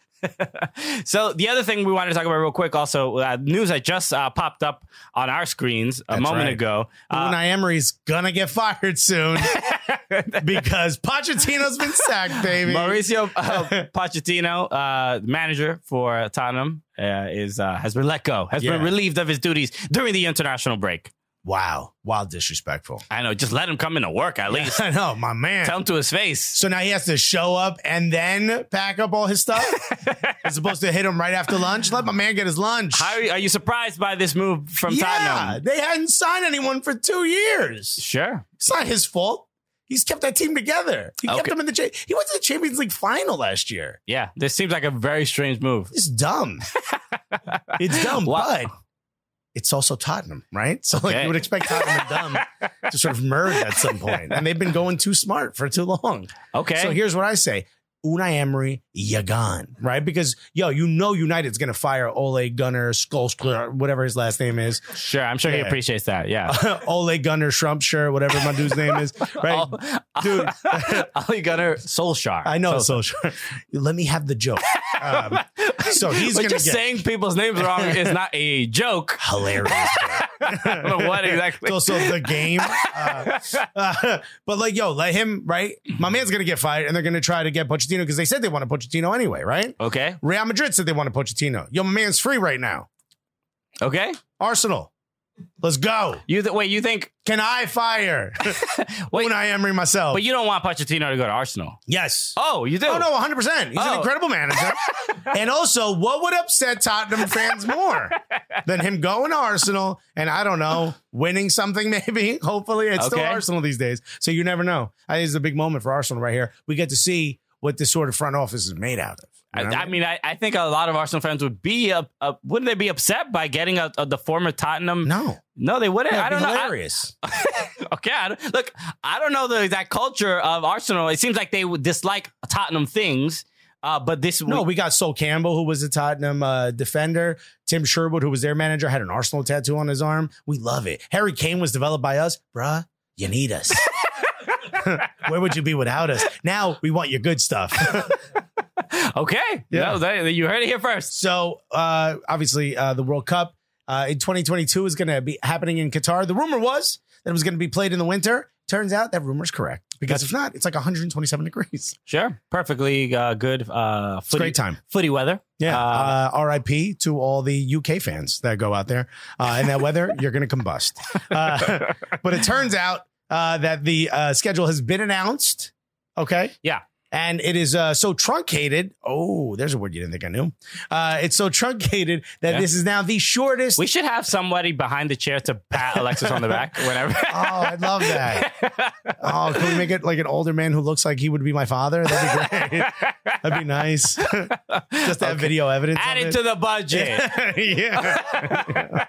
S1: So the other thing we wanted to talk about real quick, also uh, news that just uh, popped up on our screens a
S2: That's
S1: moment
S2: right.
S1: ago. Uh,
S2: Unai Emery's going to get fired soon because Pochettino's been sacked, baby.
S1: Mauricio uh, Pochettino, uh, manager for Tottenham, uh, is uh, has been let go, has been
S2: Yeah.
S1: relieved of his duties during the international break.
S2: Wow. Wow, disrespectful.
S1: I know, just let him come into work at least.
S2: I know, my man.
S1: Tell him to his face.
S2: So now he has to show up and then pack up all his stuff. As opposed to hit him right after lunch. Let my man get his lunch.
S1: How are you, are you surprised by this move from
S2: yeah,
S1: Tottenham?
S2: they hadn't signed anyone for two years.
S1: Sure.
S2: It's not his fault. He's kept that team together. He kept
S1: Okay.
S2: them in the. Cha- he went to the Champions League final last year.
S1: Yeah, this seems like a very strange move.
S2: It's dumb. it's dumb,
S1: Wow.
S2: but it's also Tottenham, right? So like
S1: Okay.
S2: you would expect Tottenham and dumb to sort of merge at some point, and they've been going too smart for too long.
S1: Okay.
S2: So here's what I say. Unai Emery, you gone, right? Because yo, you know United's gonna fire Ole Gunnar Solskjaer, whatever his last name is,
S1: sure, I'm sure he
S2: Yeah.
S1: appreciates that. Yeah.
S2: Ole Gunnar Schrumpshire, whatever my dude's name is, right?
S1: Oh.
S2: Dude,
S1: Ollie Gunnar Solskjaer.
S2: I know it's Solskjaer. Let me have the joke. Um, so he's
S1: but
S2: gonna
S1: just
S2: get
S1: saying people's names wrong is not a joke.
S2: hilarious.
S1: I don't know what exactly.
S2: It's also the game. Uh, uh, but like, yo, let him right. My man's gonna get fired, and they're gonna try to get Pochettino because they said they want a Pochettino anyway, right?
S1: Okay.
S2: Real Madrid said they want a Pochettino. Yo, my man's free right now.
S1: Okay.
S2: Arsenal, let's go.
S1: You th- wait. You think?
S2: Can I fire
S1: Wait.
S2: Unai Emery myself?
S1: But you don't want Pochettino to go to Arsenal.
S2: yes.
S1: Oh, you do.
S2: Oh no, 100. percent He's
S1: Oh.
S2: an incredible manager. and also, what would upset Tottenham fans more than him going to Arsenal and I don't know, winning something? Maybe, hopefully, it's still
S1: Okay.
S2: Arsenal these days. So you never know. I think it's a big moment for Arsenal right here. We get to see what this sort of front office is made out of.
S1: I,
S2: You know?
S1: I mean, I, I think a lot of Arsenal fans would be up. up wouldn't they be upset by getting a, a, the former Tottenham?
S2: no,
S1: No, they wouldn't.
S2: That'd
S1: I don't
S2: be
S1: know. I-
S2: hilarious.
S1: okay, I don't- look, I don't know the exact culture of Arsenal. It seems like they would dislike Tottenham things, uh, but this
S2: no,
S1: week-
S2: we got Sol Campbell, who was a Tottenham uh, defender. Tim Sherwood, who was their manager, had an Arsenal tattoo on his arm. We love it. Harry Kane was developed by us. Bruh, you need us. Where would you be without us? Now we want your good stuff.
S1: okay.
S2: Yeah.
S1: No, they- you heard it here first.
S2: so, uh, obviously, uh, the World Cup uh, in 2022 is going to be happening in Qatar. The rumor was that it was going to be played in the winter. Turns out that rumor's correct because if not, it's like 127 degrees.
S1: Sure, perfectly uh, good. Uh,
S2: It's a
S1: footy,
S2: great time.
S1: footy weather.
S2: Yeah.
S1: Uh,
S2: Uh, RIP to all the UK fans that go out there. Uh, in that weather, you're going to combust. Uh, but it turns out uh, that the uh, schedule has been announced. Okay.
S1: Yeah.
S2: and it is uh, so truncated. Oh, there's a word you didn't think I knew. Uh, it's so truncated that
S1: Yeah.
S2: this is now the shortest.
S1: We should have somebody behind the chair to pat Alexis on the back whenever.
S2: oh, I'd love that. oh, can we make it like an older man who looks like he would be my father? That'd be great. That'd be nice. Just to have video evidence.
S1: Add
S2: of
S1: it to the budget.
S2: yeah.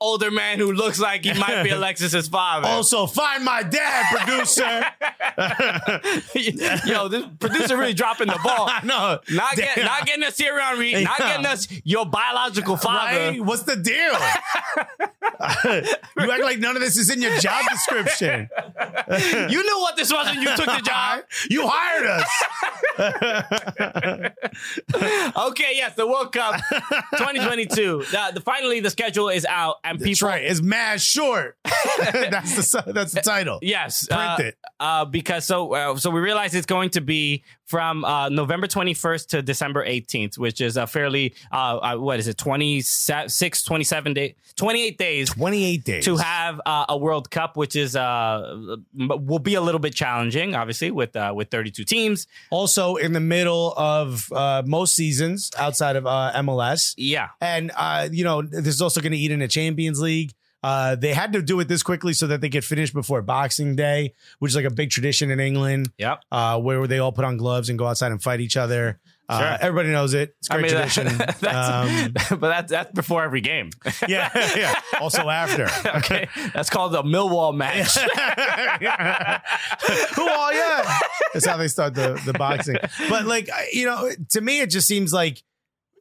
S1: Older man who looks like he might be Alexis's father.
S2: Also, find my dad, producer.
S1: Yo, this producer really dropping the ball.
S2: no,
S1: Not, get, not getting us here on read. Not
S2: Yeah.
S1: getting us your biological father.
S2: Right? What's the deal? you act like none of this is in your job description.
S1: You knew what this was when you took the job.
S2: You hired us.
S1: Okay, yes, the World Cup 2022. The, the- finally, the schedule is out, and
S2: That's
S1: people.
S2: right. It's mad short. that's the si- that's the title.
S1: Yes,
S2: Print
S1: uh,
S2: it.
S1: uh, because so uh, so we realize it's going to be from uh, November 21st to December 18th, which is a fairly uh, uh, what is it 26, 27 day, 28 days
S2: 28 days.
S1: to have uh, a World Cup, which is uh, m- will be a little bit challenging, obviously with uh, with 32 teams.
S2: also in the middle of uh, most seasons outside of uh, MLS.
S1: Yeah,
S2: And, uh, you know, this is also going to eat into Champions League. Uh, they had to do it this quickly so that they could finish before Boxing Day, which is like a big tradition in England.
S1: yep.
S2: uh, where they all put on gloves and go outside and fight each other. Uh,
S1: Sure.
S2: everybody knows it. It's a great
S1: that-
S2: tradition.
S1: that's,
S2: Um,
S1: but that's that's before every game.
S2: yeah, yeah. Also after.
S1: okay, that's called the Millwall match.
S2: Who all yeah? That's how they start the the boxing. But like I- you know, to me, it just seems like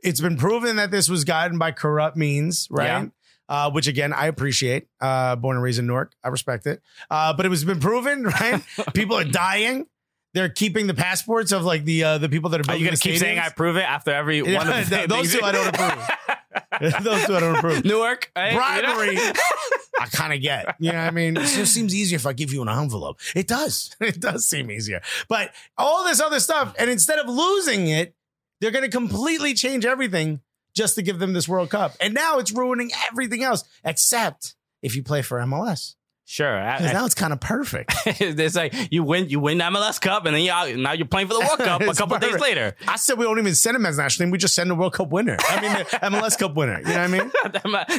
S2: it's been proven that this was gotten by corrupt means, right? Uh, which again, I appreciate. Uh, born and raised in Newark, I respect it. Uh, but it was been proven, right? people are dying. They're keeping the passports of like the uh, the people that are.
S1: Are
S2: Building
S1: Oh, you gonna
S2: the
S1: keep saying
S2: stadiums.
S1: I prove it after every
S2: Yeah,
S1: one of the
S2: th- those
S1: things?
S2: two I don't approve. those two I don't approve.
S1: Newark eh, you know?
S2: Bribery, I kind of get. You know what I mean? It just seems easier if I give you an envelope. It does. It does seem easier. But all this other stuff, and instead of losing it, they're going to completely change everything just to give them this World Cup. And now it's ruining everything else, except if you play for MLS.
S1: Sure. I-
S2: 'Cause now it's kind of perfect.
S1: I- it's like you win, you win the MLS Cup, and then you out, now you're playing for the World Cup a
S2: It's
S1: couple days
S2: perfect.
S1: later.
S2: I said we don't even send them as national team. We just send the World Cup winner. I mean, the MLS Cup winner. You know what I mean?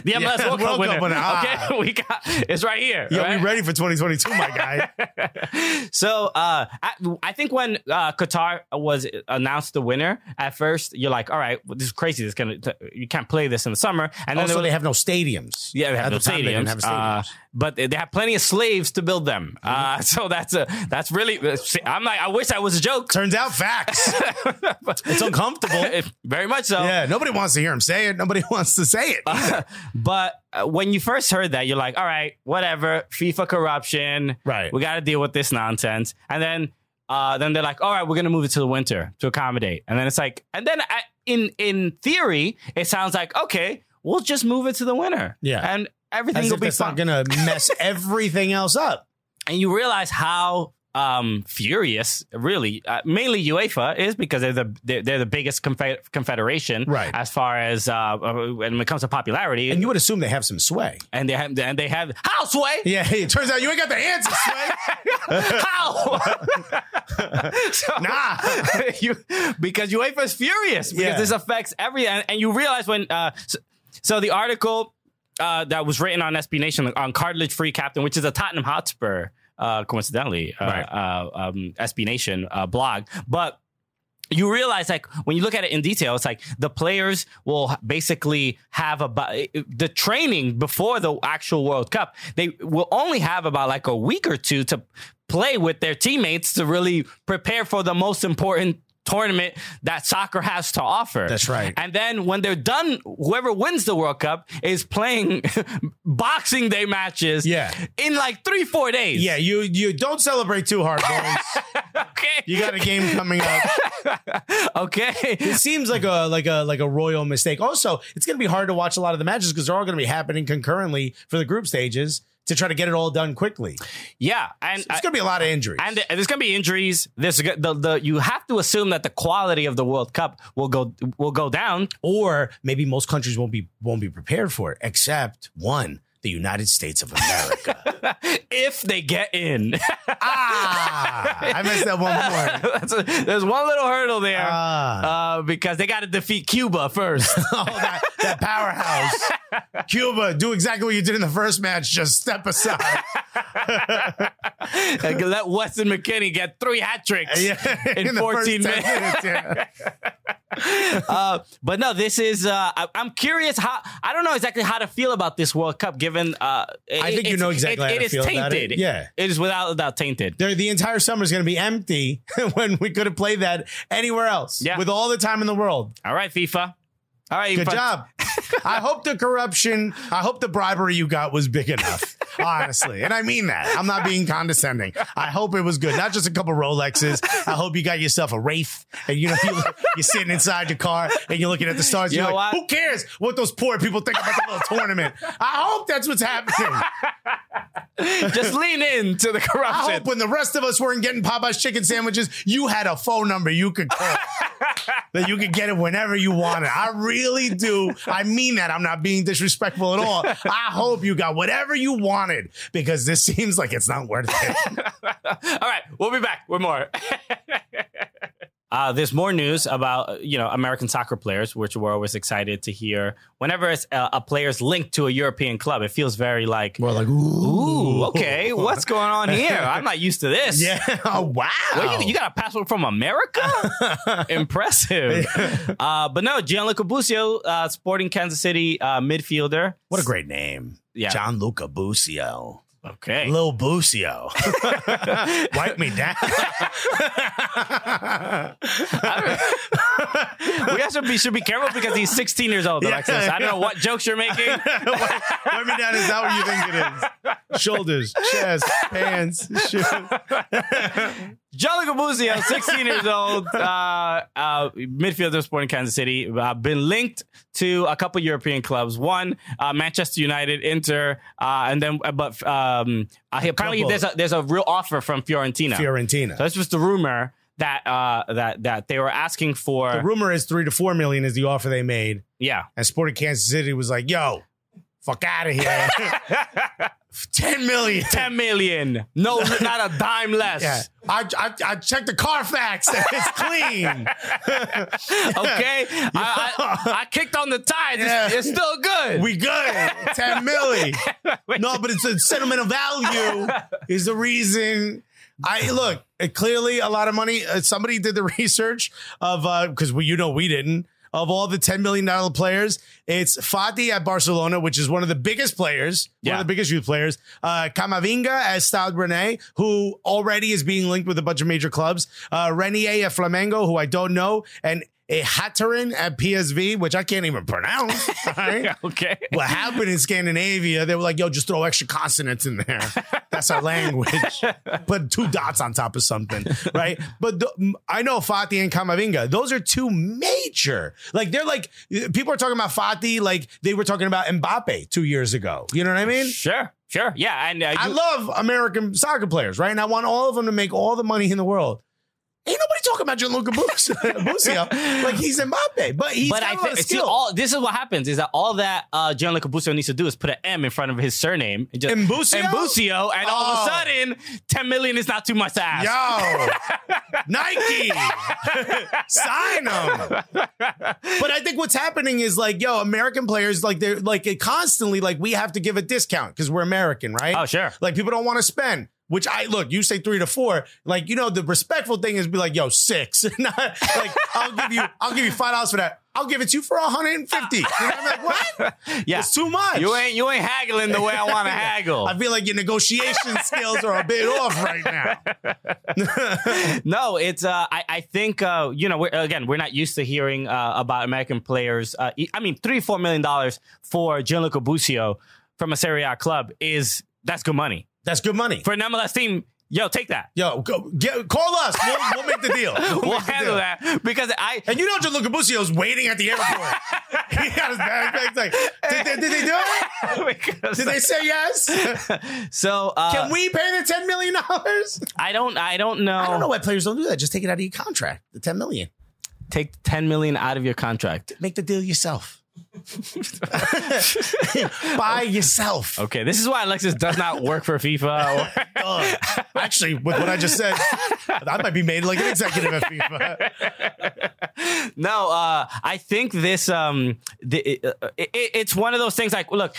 S1: the MLS World, Cup
S2: World Cup
S1: winner.
S2: winner. Ah.
S1: Okay, we got it's right here.
S2: Yeah,
S1: right?
S2: we ready for 2022, my guy.
S1: So uh, I, I think when uh, Qatar was announced the winner, at first you're like, all right, well, this is crazy. This gonna you can't play this in the summer, and then
S2: also,
S1: they were-
S2: they have no stadiums.
S1: Yeah, they have
S2: At
S1: no
S2: the time,
S1: stadiums,
S2: they didn't have
S1: uh,
S2: stadiums. Mm-hmm.
S1: but they they have plenty of slaves to build them. Uh, so that's a that's really. I'm like, I wish that was a joke.
S2: Turns out facts. it's uncomfortable.
S1: Very much so.
S2: Yeah, nobody wants to hear him say it. Nobody wants to say it.
S1: But uh, when you first heard that, you're like, all right, whatever, FIFA corruption.
S2: Right.
S1: We got to deal with this nonsense. And then, uh, then they're like, all right, we're going to move it to the winter to accommodate. And then it's like, and then I, in in theory, it sounds like okay, we'll just move it to the winter.
S2: Yeah.
S1: And everything
S2: As
S1: will
S2: if
S1: be
S2: that's
S1: fine.
S2: not gonna mess everything else up.
S1: and you realize how um, furious, really, uh, mainly UEFA is because they're the they're, they're the biggest confe- confederation,
S2: Right.
S1: As far as uh, uh, when it comes to popularity,
S2: And you would assume they have some sway.
S1: and they have and they have how sway
S2: Yeah, hey, it turns out you ain't got the answer, sway.
S1: how so,
S2: Nah.
S1: you, because UEFA is furious because
S2: Yeah.
S1: this affects every and, and you realize when uh, so, so the article uh, that was written on SB Nation on cartilage free captain, which is a Tottenham Hotspur uh, coincidentally uh,
S2: Right.
S1: uh, um, SB Nation uh, blog, but you realize like when you look at it in detail it's like the players will h- basically have about the training before the actual world cup they will only have about like a week or two to play with their teammates to really prepare for the most important tournament that soccer has to offer
S2: That's right.
S1: and then when they're done whoever wins the world cup is playing boxing day matches
S2: Yeah.
S1: in like three four days
S2: Yeah, you you don't celebrate too hard, boys.
S1: okay
S2: You got a game coming up.
S1: okay
S2: It seems like a like a like a royal mistake. Also, it's gonna be hard to watch a lot of the matches because they're all gonna be happening concurrently for the group stages to try to get it all done quickly.
S1: yeah and uh,
S2: It's gonna be a lot of injuries.
S1: and th- there's going to be injuries. There's g- the, the you have to assume that the quality of the World Cup will go will go down.
S2: or maybe most countries won't be won't be prepared for it, except one, the United States of America.
S1: if they get in.
S2: ah, I missed that one more.
S1: That's a- there's one little hurdle there
S2: Ah,
S1: uh, because they got to defeat Cuba first.
S2: oh, that, that powerhouse. Cuba, do exactly what you did in the first match. Just step aside.
S1: Like, Let Weston McKinney get three hat tricks.
S2: Yeah,
S1: In
S2: the first
S1: 14
S2: 10 minutes, yeah.
S1: Uh, but no, this is. Uh, I, I'm curious how. I don't know exactly how to feel about this World Cup, given. Uh,
S2: I think you know exactly
S1: It,
S2: how
S1: it
S2: to
S1: is
S2: feel
S1: tainted.
S2: about it. Yeah.
S1: it is without a doubt tainted.
S2: There- the entire summer is going to be empty when we could have played that anywhere else
S1: Yeah.
S2: with all the time in the world.
S1: All right, FIFA. All right,
S2: Good
S1: FIFA.
S2: job. I hope the corruption, I hope the bribery you got was big enough, honestly. And I mean that. I'm not being condescending. I hope it was good. Not just a couple Rolexes. I hope you got yourself a Wraith and you know, you, you're sitting inside your car and you're looking at the stars.
S1: You
S2: you're
S1: know
S2: like,
S1: what?
S2: who cares what those poor people think about the little tournament? I hope that's what's happening.
S1: Just lean in to the
S2: I
S1: corruption.
S2: hope when the rest of us weren't getting Popeye's chicken sandwiches, you had a phone number you could call. that you could get it whenever you wanted. I really do. I mean that. I'm not being disrespectful at all. I hope you got whatever you wanted because this seems like it's not worth it.
S1: All right, we'll be back with more. Uh, there's more news about you know American soccer players, which we're always excited to hear. Whenever it's, uh, a player's linked to a European club, it feels very like,
S2: We're like, ooh,
S1: ooh, okay, what's going on here? I'm not used to this.
S2: Yeah. Oh, wow.
S1: Well, you, you got a passport from America? Impressive. Uh, but no, Gianluca Busio, uh, sporting Kansas City uh, midfielder.
S2: what a great name.
S1: Yeah.
S2: John Luca Busio.
S1: Okay.
S2: Lil Busio. Wipe me down.
S1: we also be, should be careful because he's 16 years old,
S2: Yeah.
S1: Alexis. I don't know what jokes you're making.
S2: Wipe me down is not what you think it is. Shoulders, chest, hands, shoes.
S1: Jolly Gabuzio, 16 years old, uh, uh, midfielder sporting Kansas City, uh, been linked to a couple European clubs. One, uh, Manchester United, Inter, uh, and then, uh, but um, uh, apparently
S2: Couple.
S1: there's a, there's a real offer from Fiorentina.
S2: Fiorentina.
S1: So that's just the rumor that uh, that that they were asking for.
S2: The rumor is three to four million is the offer they made,
S1: yeah,
S2: and Sporting Kansas City was like, "Yo, fuck out of here, ten million.
S1: ten million. No, not a dime less.
S2: Yeah, I, I I checked the Carfax, and it's clean.
S1: Okay, I, I, I kicked on the tires. It's-
S2: Yeah.
S1: It's, still good.
S2: we good, ten million. No, but it's the sentimental value is the reason. I look it, clearly a lot of money. Uh, somebody did the research of because we you know we didn't of all the ten million dollar players. It's Fati at Barcelona, which is one of the biggest players, one
S1: Yeah.
S2: of the biggest youth players. Uh, Camavinga at Stade Rennais, who already is being linked with a bunch of major clubs. Uh, Renier at Flamengo, who I don't know, and. A Hatterin at PSV, which I can't even pronounce. all right?
S1: okay.
S2: what happened in Scandinavia, they were like, yo, just throw extra consonants in there. That's our language. Put two dots on top of something, right? But the, I know Fati and Kamavinga. Those are two major. Like, they're like, people are talking about Fati like they were talking about Mbappe two years ago. You know what I mean?
S1: Sure, sure. Yeah, and uh,
S2: I
S1: you-
S2: love American soccer players, right? And I want all of them to make all the money in the world. Ain't nobody talking about Gianluca Bus- Busio. like he's Mbappe, but he's
S1: but
S2: got
S1: I
S2: a lot
S1: think
S2: of
S1: see,
S2: skill.
S1: all this is what happens is that all that uh, Gianluca Busio needs to do is put an M in front of his surname. and Just,
S2: Mbusio?
S1: Mbusio, and all of a
S2: Oh.
S1: sudden, ten million is not too much to ask.
S2: Yo, Nike, sign them. But I think what's happening is like, yo, American players like they're like constantly like we have to give a discount because we're American, right?
S1: Oh, sure.
S2: Like people don't want to spend. Which I look, you say three to four. Like you know, the respectful thing is be like, yo, six. Not like I'll give you, I'll give you five dollars for that. I'll give it to you for 150. You know, I'm like, what?
S1: Yeah.
S2: It's too much.
S1: You ain't you ain't haggling the way I want to haggle.
S2: I feel like your negotiation skills are a bit off right now.
S1: No, it's uh, I I think uh, you know we're, again we're not used to hearing uh, about American players. Uh, e- I mean, three four million dollars for Gianluca Busio from a Serie A club is that's good money
S2: That's good money.
S1: for an MLS team. Yo, take that.
S2: Yo, go, get, call us. We'll, we'll make the deal. We'll,
S1: We'll
S2: make the
S1: handle
S2: deal.
S1: that because I
S2: And you know, Gianluca Busio's waiting at the airport. he got his backpack. Like, did, they- did they do it?
S1: because
S2: Did they say yes? Can
S1: so uh,
S2: we pay the ten million dollars?
S1: I don't I don't know.
S2: I don't know why players don't do that. Just take it out of your contract. The ten million.
S1: Take ten million out of your contract.
S2: Make the deal yourself. by yourself.
S1: Okay, this is why Alexis does not work for FIFA. Or,
S2: Ugh. Uh, Actually, with what I just said, I might be made like an executive at FIFA.
S1: no, uh, I think this um, the, it, it, it's one of those things. Like, look,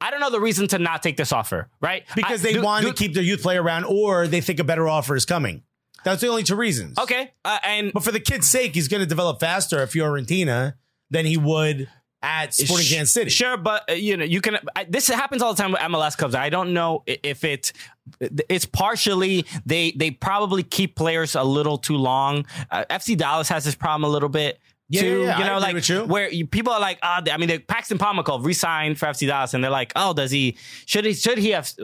S1: I don't know the reason to not take this offer, right?
S2: Because
S1: I-
S2: they
S1: do-
S2: want
S1: do-
S2: to keep their youth player around or they think a better offer is coming. That's the only two reasons.
S1: Okay, uh, and
S2: But for the kid's sake, he's going to develop faster at Fiorentina than he would at Sporting
S1: Sh-
S2: Kansas City.
S1: Sure, but uh, you know you can. I, this happens all the time with MLS clubs. I don't know i- if it. It's partially they they probably keep players a little too long. Uh, FC Dallas has this problem a little bit.
S2: Yeah,
S1: too,
S2: yeah, yeah.
S1: you
S2: I
S1: know,
S2: agree
S1: like
S2: with you.
S1: where you, people are like, ah, I mean, the Paxton Pomacov re-signed for FC Dallas, and they're like, oh, does he should he should he have s-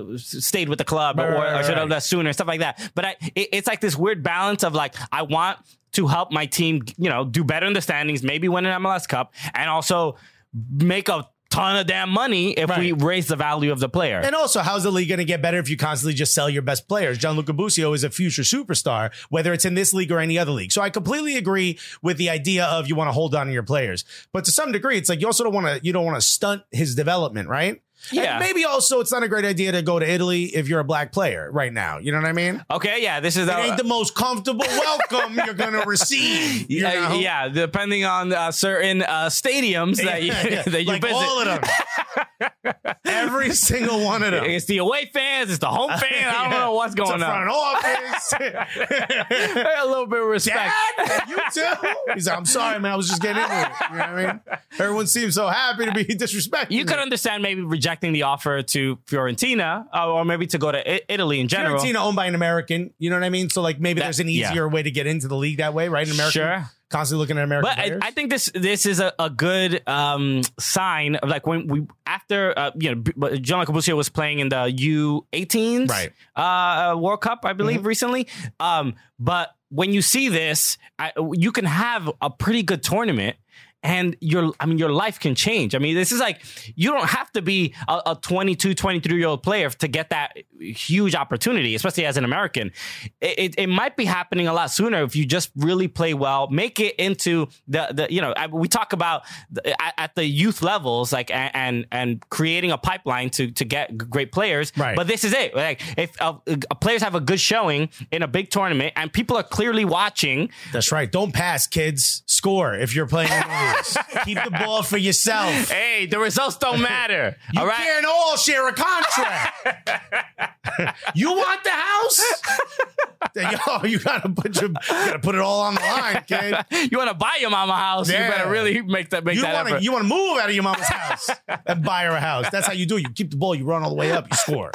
S1: stayed with the club
S2: Right,
S1: or,
S2: right,
S1: or
S2: right,
S1: should have
S2: right.
S1: left sooner, stuff like that. But I, it, it's like this weird balance of like, I want to help my team, you know, do better in the standings, maybe win an MLS Cup, and also make a ton of damn money if we
S2: Right.
S1: raise the value of the player.
S2: And also, how's the league going to get better if you constantly just sell your best players? Gianluca Busio is a future superstar, whether it's in this league or any other league. So I completely agree with the idea of you want to hold on to your players, but to some degree, it's like you also don't want to you don't want to stunt his development, right?
S1: Yeah.
S2: And maybe also it's not a great idea to go to Italy if you're a black player right now. You know what I mean?
S1: okay, yeah, this is uh,
S2: It ain't
S1: the.
S2: the most comfortable welcome you're going to receive. you
S1: uh,
S2: know?
S1: yeah, depending on uh, certain uh, stadiums that you,
S2: Yeah, yeah.
S1: that you
S2: like
S1: visit.
S2: all of them. Every single one of them.
S1: It's the away fans, it's the home fans. I don't
S2: Yeah.
S1: know what's
S2: It's
S1: going
S2: a
S1: on.
S2: front office.
S1: a little bit of respect.
S2: Dad, you too? He's like, I'm sorry, man. I was just getting into it. You know what I mean? Everyone seems so happy to be disrespected.
S1: You could understand maybe rejecting the offer to Fiorentina, uh, or maybe to go to I- Italy in general.
S2: Fiorentina owned by an American. You know what I mean? So like maybe
S1: That-
S2: there's an
S1: yeah.
S2: easier way to get into the league that way, right? An American
S1: Sure.
S2: constantly looking at American
S1: But I,
S2: players.
S1: I think this this is a, a good um, sign of like when we after uh, you know B- but John Cabusio was playing in the U 18s
S2: Right.
S1: uh, World Cup I believe recently. Um, but when you see this, I, you can have a pretty good tournament. And your, I mean, your life can change. I mean, this is like, you don't have to be a, a 22, 23 year old player to get that huge opportunity, especially as an American. It, it, it might be happening a lot sooner if you just really play well, make it into the, the you know, I, we talk about the, at, at the youth levels, like, and, and, and creating a pipeline to, to get great players.
S2: Right.
S1: But this is it. Like if uh, uh, players have a good showing in a big tournament and people are clearly watching,
S2: That's right. Don't pass, kids. Score if you're playing in the leagues. Keep the ball for yourself.
S1: hey, the results don't matter.
S2: You
S1: all right.
S2: can't all share a contract. you want the house? Yo, you gotta put your, you gotta put it all on the line, kid.
S1: You want to buy your mama a house? You
S2: Yeah.
S1: better really make that make
S2: You
S1: that
S2: want to
S1: effort.
S2: you want to move out of your mama's house and buy her a house. That's how you do it. You keep the ball. You run all the way up. You score.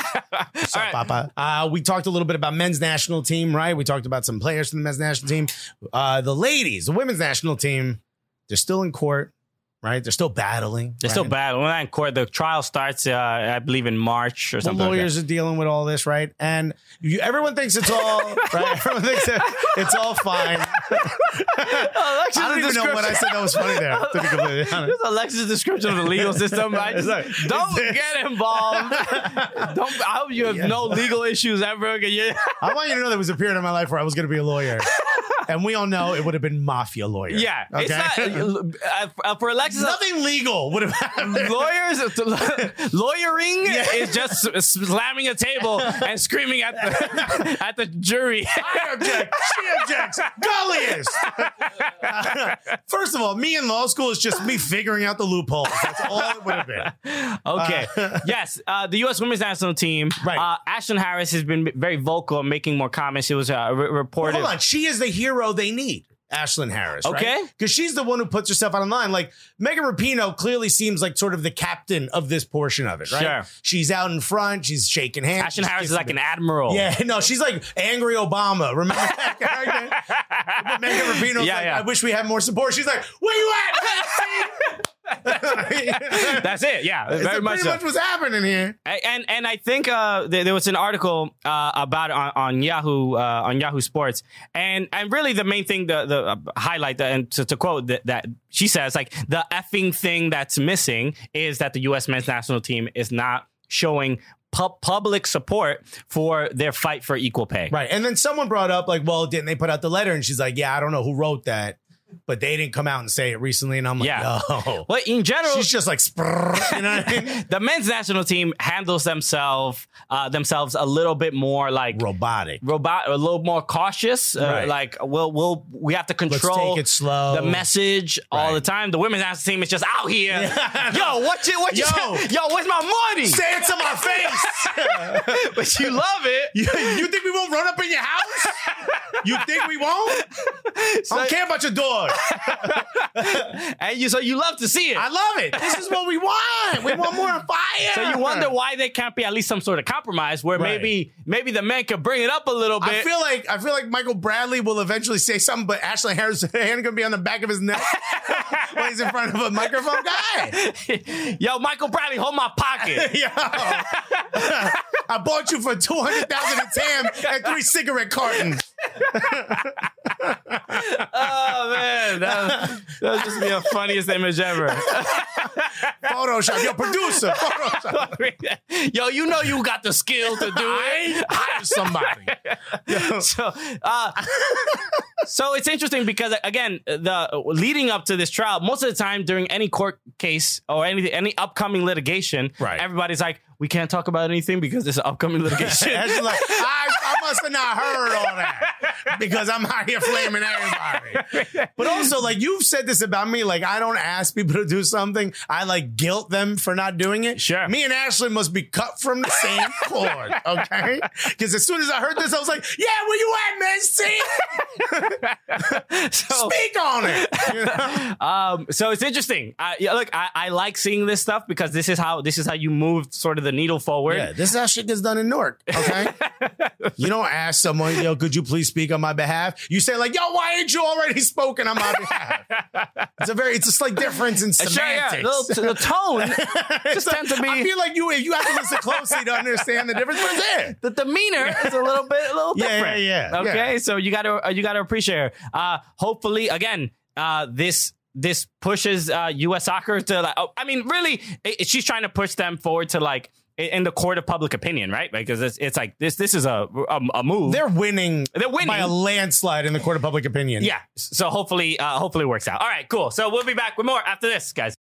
S2: So,
S1: right.
S2: Papa. Uh, we talked a little bit about men's national team, right? We talked about some players from the men's national team. Uh, the ladies, the women's national team, they're still in court, right? They're still battling.
S1: They're still bad. When I'm in court, the trial starts, uh, I believe, in March or
S2: The
S1: something. like that.
S2: lawyers are dealing with all this, right? And you, everyone thinks it's all right. Everyone thinks that it's all fine. I don't even know what I said. That was funny there. To be completely honest.
S1: This is Alexis' description of the legal system. I just,
S2: Sorry.
S1: don't get involved. don't. I hope you have
S2: Yeah.
S1: no legal issues ever again. Yeah.
S2: I want you to know there was a period in my life where I was going to be a lawyer. and we all know it would have been mafia lawyer.
S1: Yeah,
S2: Okay?
S1: it's not uh, for Alexis.
S2: Nothing legal would have happened.
S1: lawyers lawyering is just s- slamming a table and screaming at the at the jury
S2: I object. She objects. Gulliest. First of all, me in law school is just me figuring out the loopholes. That's all it would have been.
S1: okay yes uh, the U.S. women's national team
S2: Right.
S1: uh, Ashton Harris has been very vocal in making more comments it was uh, re- reported
S2: Hold on. She is the hero they need. Ashlyn Harris,
S1: Okay.
S2: Because she's the one who puts herself out on the line. Like Megan Rapino clearly seems like sort of the captain of this portion of it, right?
S1: Sure.
S2: She's out in front. She's shaking hands.
S1: Ashton
S2: she's
S1: Harris is
S2: kissing
S1: like an admiral
S2: Yeah, no, she's like angry Obama. Remember that character? But Megan Rapinoe's
S1: Yeah,
S2: like,
S1: yeah.
S2: I wish we had more support. She's like, where you at? That's
S1: that's it yeah very
S2: pretty
S1: much,
S2: much,
S1: so.
S2: what's happening here.
S1: A- and and I think uh, there, there was an article uh, about it on, on Yahoo uh, on Yahoo Sports, and and really the main thing the the uh, highlight that, and to, to quote that, that she says like the effing thing that's missing is that the U.S. men's national team is not showing pu- public support for their fight for equal pay.
S2: Right. And then someone brought up, like, well, didn't they put out the letter? And she's like, yeah, I don't know who wrote that. but they didn't come out and say it recently. And I'm like,
S1: Yeah.
S2: yo,
S1: Well, in general,
S2: she's just like, "Sprrr," you know what I mean?
S1: the men's national team handles themselves uh, themselves a little bit more like
S2: Robotic.
S1: robot a little more cautious uh,
S2: Right.
S1: like we'll we'll we have to control
S2: take it slow.
S1: the message all
S2: Right.
S1: the time the women's national team is just out here yo what you what you
S2: Yo.
S1: yo where's my money
S2: Say it to my face.
S1: but you love it
S2: you, you think we won't run up in your house? You think we won't? I don't care about your dog.
S1: and you so you love to see it
S2: I love it. This is what we want. We want more fire.
S1: so you wonder why there can't be at least some sort of compromise where
S2: Right.
S1: maybe maybe the men could bring it up a little bit
S2: I feel like I feel like Michael Bradley will eventually say something, but Ashley Harris hand gonna be on the back of his neck when he's in front of a microphone guy.
S1: yo michael bradley hold my pocket
S2: Yo, I bought you for two hundred thousand a tam and three cigarette cartons.
S1: oh man that, that was just be the funniest image ever
S2: Photoshop, yo producer. Photoshop.
S1: Yo, you know you got the skill to do it.
S2: Hire somebody.
S1: so, uh, so it's interesting because uh, again, the leading up to this trial, most of the time during any court case or any any upcoming litigation,
S2: Right.
S1: everybody's like, we can't talk about anything because there's an upcoming litigation.
S2: Ashley's like, I, I must have not heard all that because I'm out here flaming everybody. But also, like you've said this about me, like I don't ask people to do something. I like guilt them for not doing it.
S1: Sure.
S2: Me and Ashley must be cut from the same cord, okay? Because as soon as I heard this, I was like, yeah, where you at, man? See?
S1: so,
S2: Speak on it. You know?
S1: um, so it's interesting. I, yeah, look, I, I like seeing this stuff because this is how this is how you move sort of the needle forward.
S2: Yeah, this is how shit gets done in Newark, okay? you don't ask someone, yo, could you please speak on my behalf? You say, like, yo, why ain't you already spoken on my behalf? it's a very, it's a slight difference in
S1: Uh, Sure, yeah,
S2: semantics.
S1: the, the tone just tends to
S2: I
S1: be
S2: feel like you, if you have to listen closely to understand the difference, but it's there.
S1: the demeanor is a little bit a little
S2: Yeah,
S1: different.
S2: yeah, yeah,
S1: Okay,
S2: yeah.
S1: so you gotta uh, you gotta appreciate her. Uh, hopefully, again, uh, this this pushes uh, U.S. soccer to like. oh, I mean, really, it, it- she's trying to push them forward to like i- in the court of public opinion, right? Because it's, it's like this this is a a, a move.
S2: They're winning,
S1: They're winning.
S2: by a landslide in the court of public opinion.
S1: yeah. So hopefully, uh, hopefully it works out. All right, cool. So we'll be back with more after this, guys.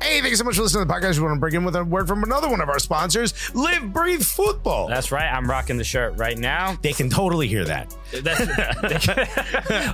S2: Hey, thank you so much for listening to the podcast. We want to bring in with a word from another one of our sponsors, Live Breathe Football.
S1: That's right. I'm rocking the shirt right now.
S2: they can totally hear that.
S1: That's,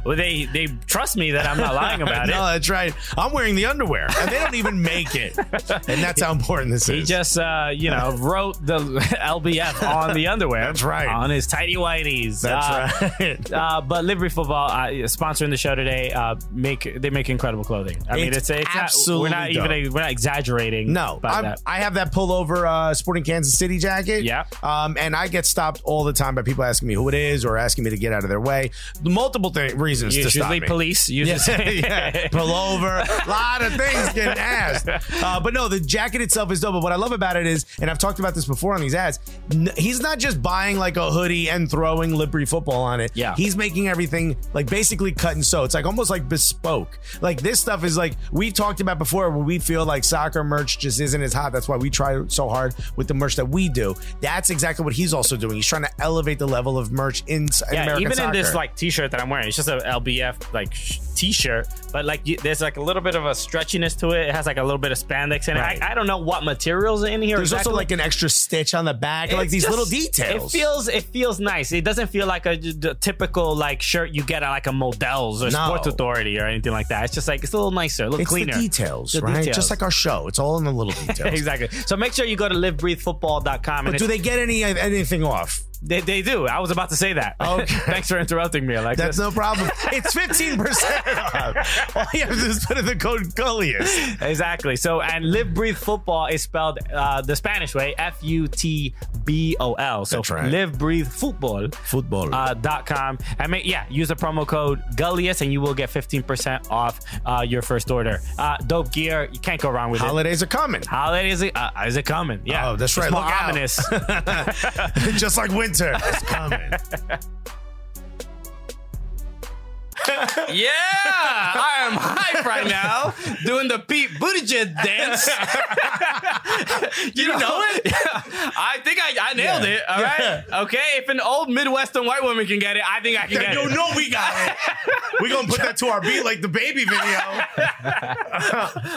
S1: well, they they trust me that I'm not lying about it.
S2: No, that's right. I'm wearing the underwear, and they don't even make it. And that's how important this
S1: He
S2: is.
S1: just, uh, you know, wrote the LBF on the underwear.
S2: That's right.
S1: On his tidy whiteys.
S2: That's
S1: Uh,
S2: right.
S1: Uh, but Livery Football uh, sponsoring the show today. Uh, make they make incredible clothing. I mean, it's,
S2: It's
S1: it's
S2: absolutely
S1: Not, we're
S2: dope.
S1: not even we're not exaggerating.
S2: No,
S1: about
S2: I'm,
S1: that.
S2: I have that pullover uh, sporting Kansas City jacket.
S1: Yeah.
S2: Um, and I get stopped all the time by people asking me who it is or asking me to get out of their way. Multiple th- reasons to stop
S1: Usually
S2: me.
S1: police.
S2: Yeah,
S1: Usually,
S2: yeah. Pullover, a lot of things getting asked. Uh, but no, the jacket itself is dope. But what I love about it is, and I've talked about this before on these ads, n- he's not just buying like a hoodie and throwing Liberty football on it.
S1: Yeah.
S2: He's making everything like basically cut and sew. It's like almost like bespoke. Like this stuff is like we talked about before where we feel like soccer merch just isn't as hot. That's why we try so hard with the merch that we do. That's exactly what he's also doing. He's trying to elevate the level of merch in, in
S1: yeah,
S2: American
S1: even in this
S2: soccer.
S1: like T-shirt that I'm wearing, it's just a LBF like sh- T-shirt, but like you, there's like a little bit of a stretchiness to it. It has like a little bit of spandex in
S2: Right.
S1: it. I, I don't know what materials are in here.
S2: There's
S1: exactly.
S2: also like an extra stitch on the back, like
S1: It's
S2: these
S1: just-
S2: little details.
S1: It feels it feels nice. It doesn't feel like a, d- typical like shirt you get at like a Models or
S2: No.
S1: Sports Authority or anything like that. It's just like it's a little nicer, a little
S2: it's
S1: cleaner.
S2: the details,
S1: The
S2: right?
S1: details.
S2: Just like our show, it's all in the little details.
S1: Exactly. So make sure you go to livebreathefootball.com. And
S2: But do
S1: it's-
S2: they get any anything off?
S1: they, they do. I was about to say that.
S2: Oh, Okay.
S1: Thanks for interrupting me, Alexis.
S2: That's no problem. It's fifteen percent off. All you have to do is put in the code Gullius.
S1: Exactly. So, and live, breathe football is spelled uh, the Spanish way F U T B O L. So,
S2: That's right.
S1: live, breathe football.
S2: Football.
S1: Uh, dot com. And make, yeah, use the promo code Gullius and you will get 15% off uh, your first order. Uh, dope gear. You can't go wrong with it.
S2: Holidays are coming,
S1: Holidays uh, is it coming? Yeah.
S2: Oh, that's
S1: It's
S2: right.
S1: more
S2: Look out.
S1: ominous.
S2: just like winter. It's coming.
S1: Yeah, I am hype right now doing the Pete Buttigieg dance. you, know, it? I think I, I nailed
S2: Yeah.
S1: it. All right.
S2: Yeah.
S1: Okay. If an old Midwestern white woman can get it, I think I can get
S2: You
S1: it.
S2: know we got it. We're gonna put that to our beat like the baby video.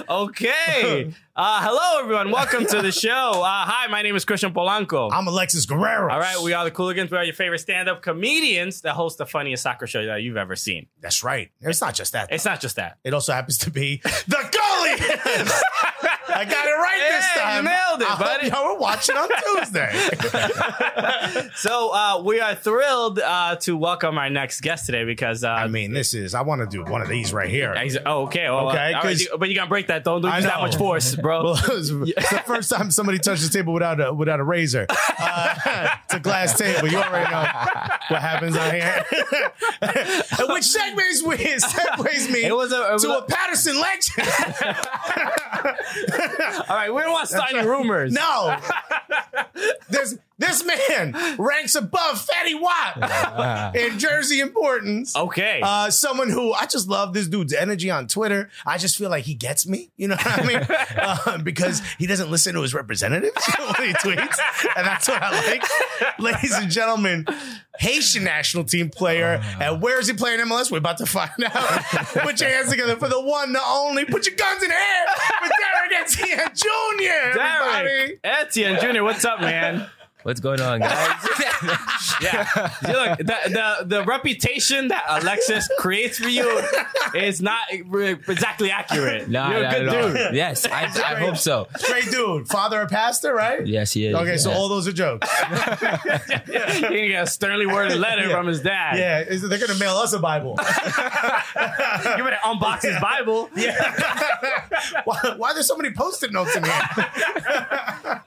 S1: Okay. Uh, hello, everyone. Welcome to the show. Uh, hi, my name is Christian Polanco.
S2: I'm Alexis Guerrero.
S1: All right, we are the Cooligans. We are your favorite stand-up comedians that host the funniest soccer show that you've ever seen.
S2: That's right. It's not just that.
S1: It's not just that.
S2: It also happens to be the goalie. I got it right this
S1: Hey, you
S2: time.
S1: nailed it,
S2: I hope
S1: buddy.
S2: Y'all were watching on Tuesday.
S1: So uh, we are thrilled uh, to welcome our next guest today because uh,
S2: I mean, this is. I want to do one of these right here.
S1: he's- oh, okay, well,
S2: Okay,
S1: okay, uh, all right,
S2: 'cause-
S1: you- but you gotta break that. Don't, do
S2: I
S1: use that
S2: know.
S1: much force, bro.
S2: Well, it's the first time somebody touched the table without a without a razor. Uh, it's a glass table. You already know what happens out here. Which segues me segues me
S1: It was a- it was
S2: to
S1: a-
S2: a Patterson legend.
S1: all right, we don't want starting rumors.
S2: No. this this man ranks above Fatty Watt in jersey importance.
S1: Okay.
S2: Uh, someone who I just love this dude's energy on Twitter. I just feel like he gets me. You know what I mean? Uh, because he doesn't listen to his representatives when he tweets, and that's what I like. Ladies and gentlemen, Haitian national team player.
S4: Uh.
S2: and where is he playing MLS? We're about to find out. put your hands together for the one, the only. Put your guns in the air for Derek Etienne Jr. Everybody.
S1: Derek Etienne Jr., what's up, man?
S4: What's going on, guys?
S1: Yeah, You look, the, the the reputation that Alexis creates for you is not re- exactly accurate.
S4: Nah,
S1: You're a
S4: not
S1: good
S4: at all.
S1: dude.
S4: Yes, I, I hope so.
S2: Great dude. Father of pastor, right?
S4: Yes, he is.
S2: Okay, so
S4: yeah.
S2: all those are jokes.
S1: You're gonna get a sternly worded letter
S2: Yeah.
S1: from his dad.
S2: Yeah, is- they're gonna mail us a Bible.
S1: You better unbox his Bible.
S2: why, why are there so many post-it notes in here?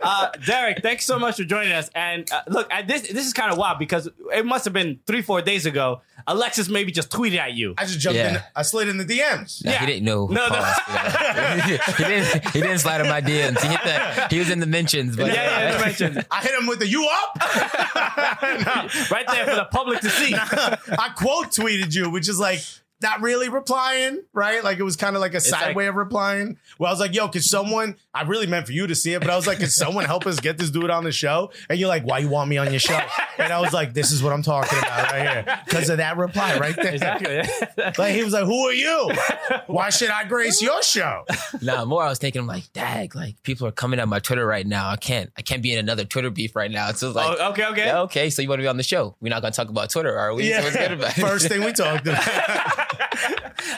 S1: Uh, Derek, thanks so much for joining us. And uh, look, I, this this is kind of wild because it must have been three, four days ago. Alexis maybe just tweeted at you.
S2: I just jumped in.
S4: Yeah.
S2: I slid in the DMs.
S4: Nah,
S1: yeah.
S4: He didn't know.
S1: No, no.
S4: Pause. Yeah. he didn't. He didn't slide on my DMs. He hit the. He was in the mentions, but
S1: Yeah, yeah, you mentioned.
S2: I hit him with the "You up?"
S1: right there for the public to see.
S2: I quote tweeted you, which is like not really replying, right? Like it was kind of like a side
S1: like-
S2: way of replying. Where I was like, "Yo, could someone?" I really meant for you to see it, but I was like, "Could someone help us get this dude on the show?" And you're like, "Why you want me on your show?" And I was like, "This is what I'm talking about right here because of that reply right there."
S1: Exactly.
S2: Like he was like, "Who are you? Why should I grace your show?"
S4: nah. More, I was thinking, I'm like, dag, like people are coming at my Twitter right now. I can't. I can't be in another Twitter beef right now. So it's like,
S1: Oh, okay, okay.
S4: yeah, okay. So you want to be on the show? We're not gonna talk about Twitter, are we? So what's good about it?
S2: First thing we talked about.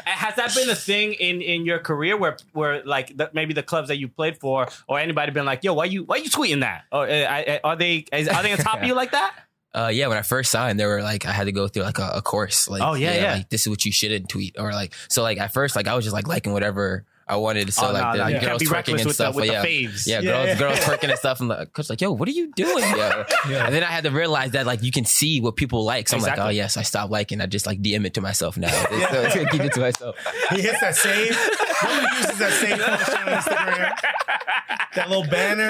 S1: Has that been a thing in in your career where where like the, maybe the clubs that you played for or anybody been like, yo, why you why you tweeting that? Or uh, I, I- are they is, are they on top of you like that?
S4: Uh, yeah, when I first signed, they were like, I had to go through like a, a course. Like,
S1: Oh, yeah, yeah.
S4: Like, this is what you shouldn't tweet, or like, so like at first, like I was just like liking whatever I wanted. So
S1: Oh,
S4: like,
S1: no,
S4: the
S1: no, you can't
S4: girls
S1: be
S4: twerking
S1: reckless
S4: and
S1: with the,
S4: stuff.
S1: with
S4: but yeah,
S1: the faves.
S4: yeah,
S2: Yeah,
S4: girls,
S2: yeah.
S4: girls twerking and stuff. I'm like, coach, like, yo, what are you doing? Yo? And then I had to realize that like you can see what people like. So I'm like, oh
S1: Exactly.
S4: yes, I stopped liking. I just like DM it to myself now. So it's gonna keep it to myself.
S2: He hits that save. Nobody uses that save function on Instagram. That little banner.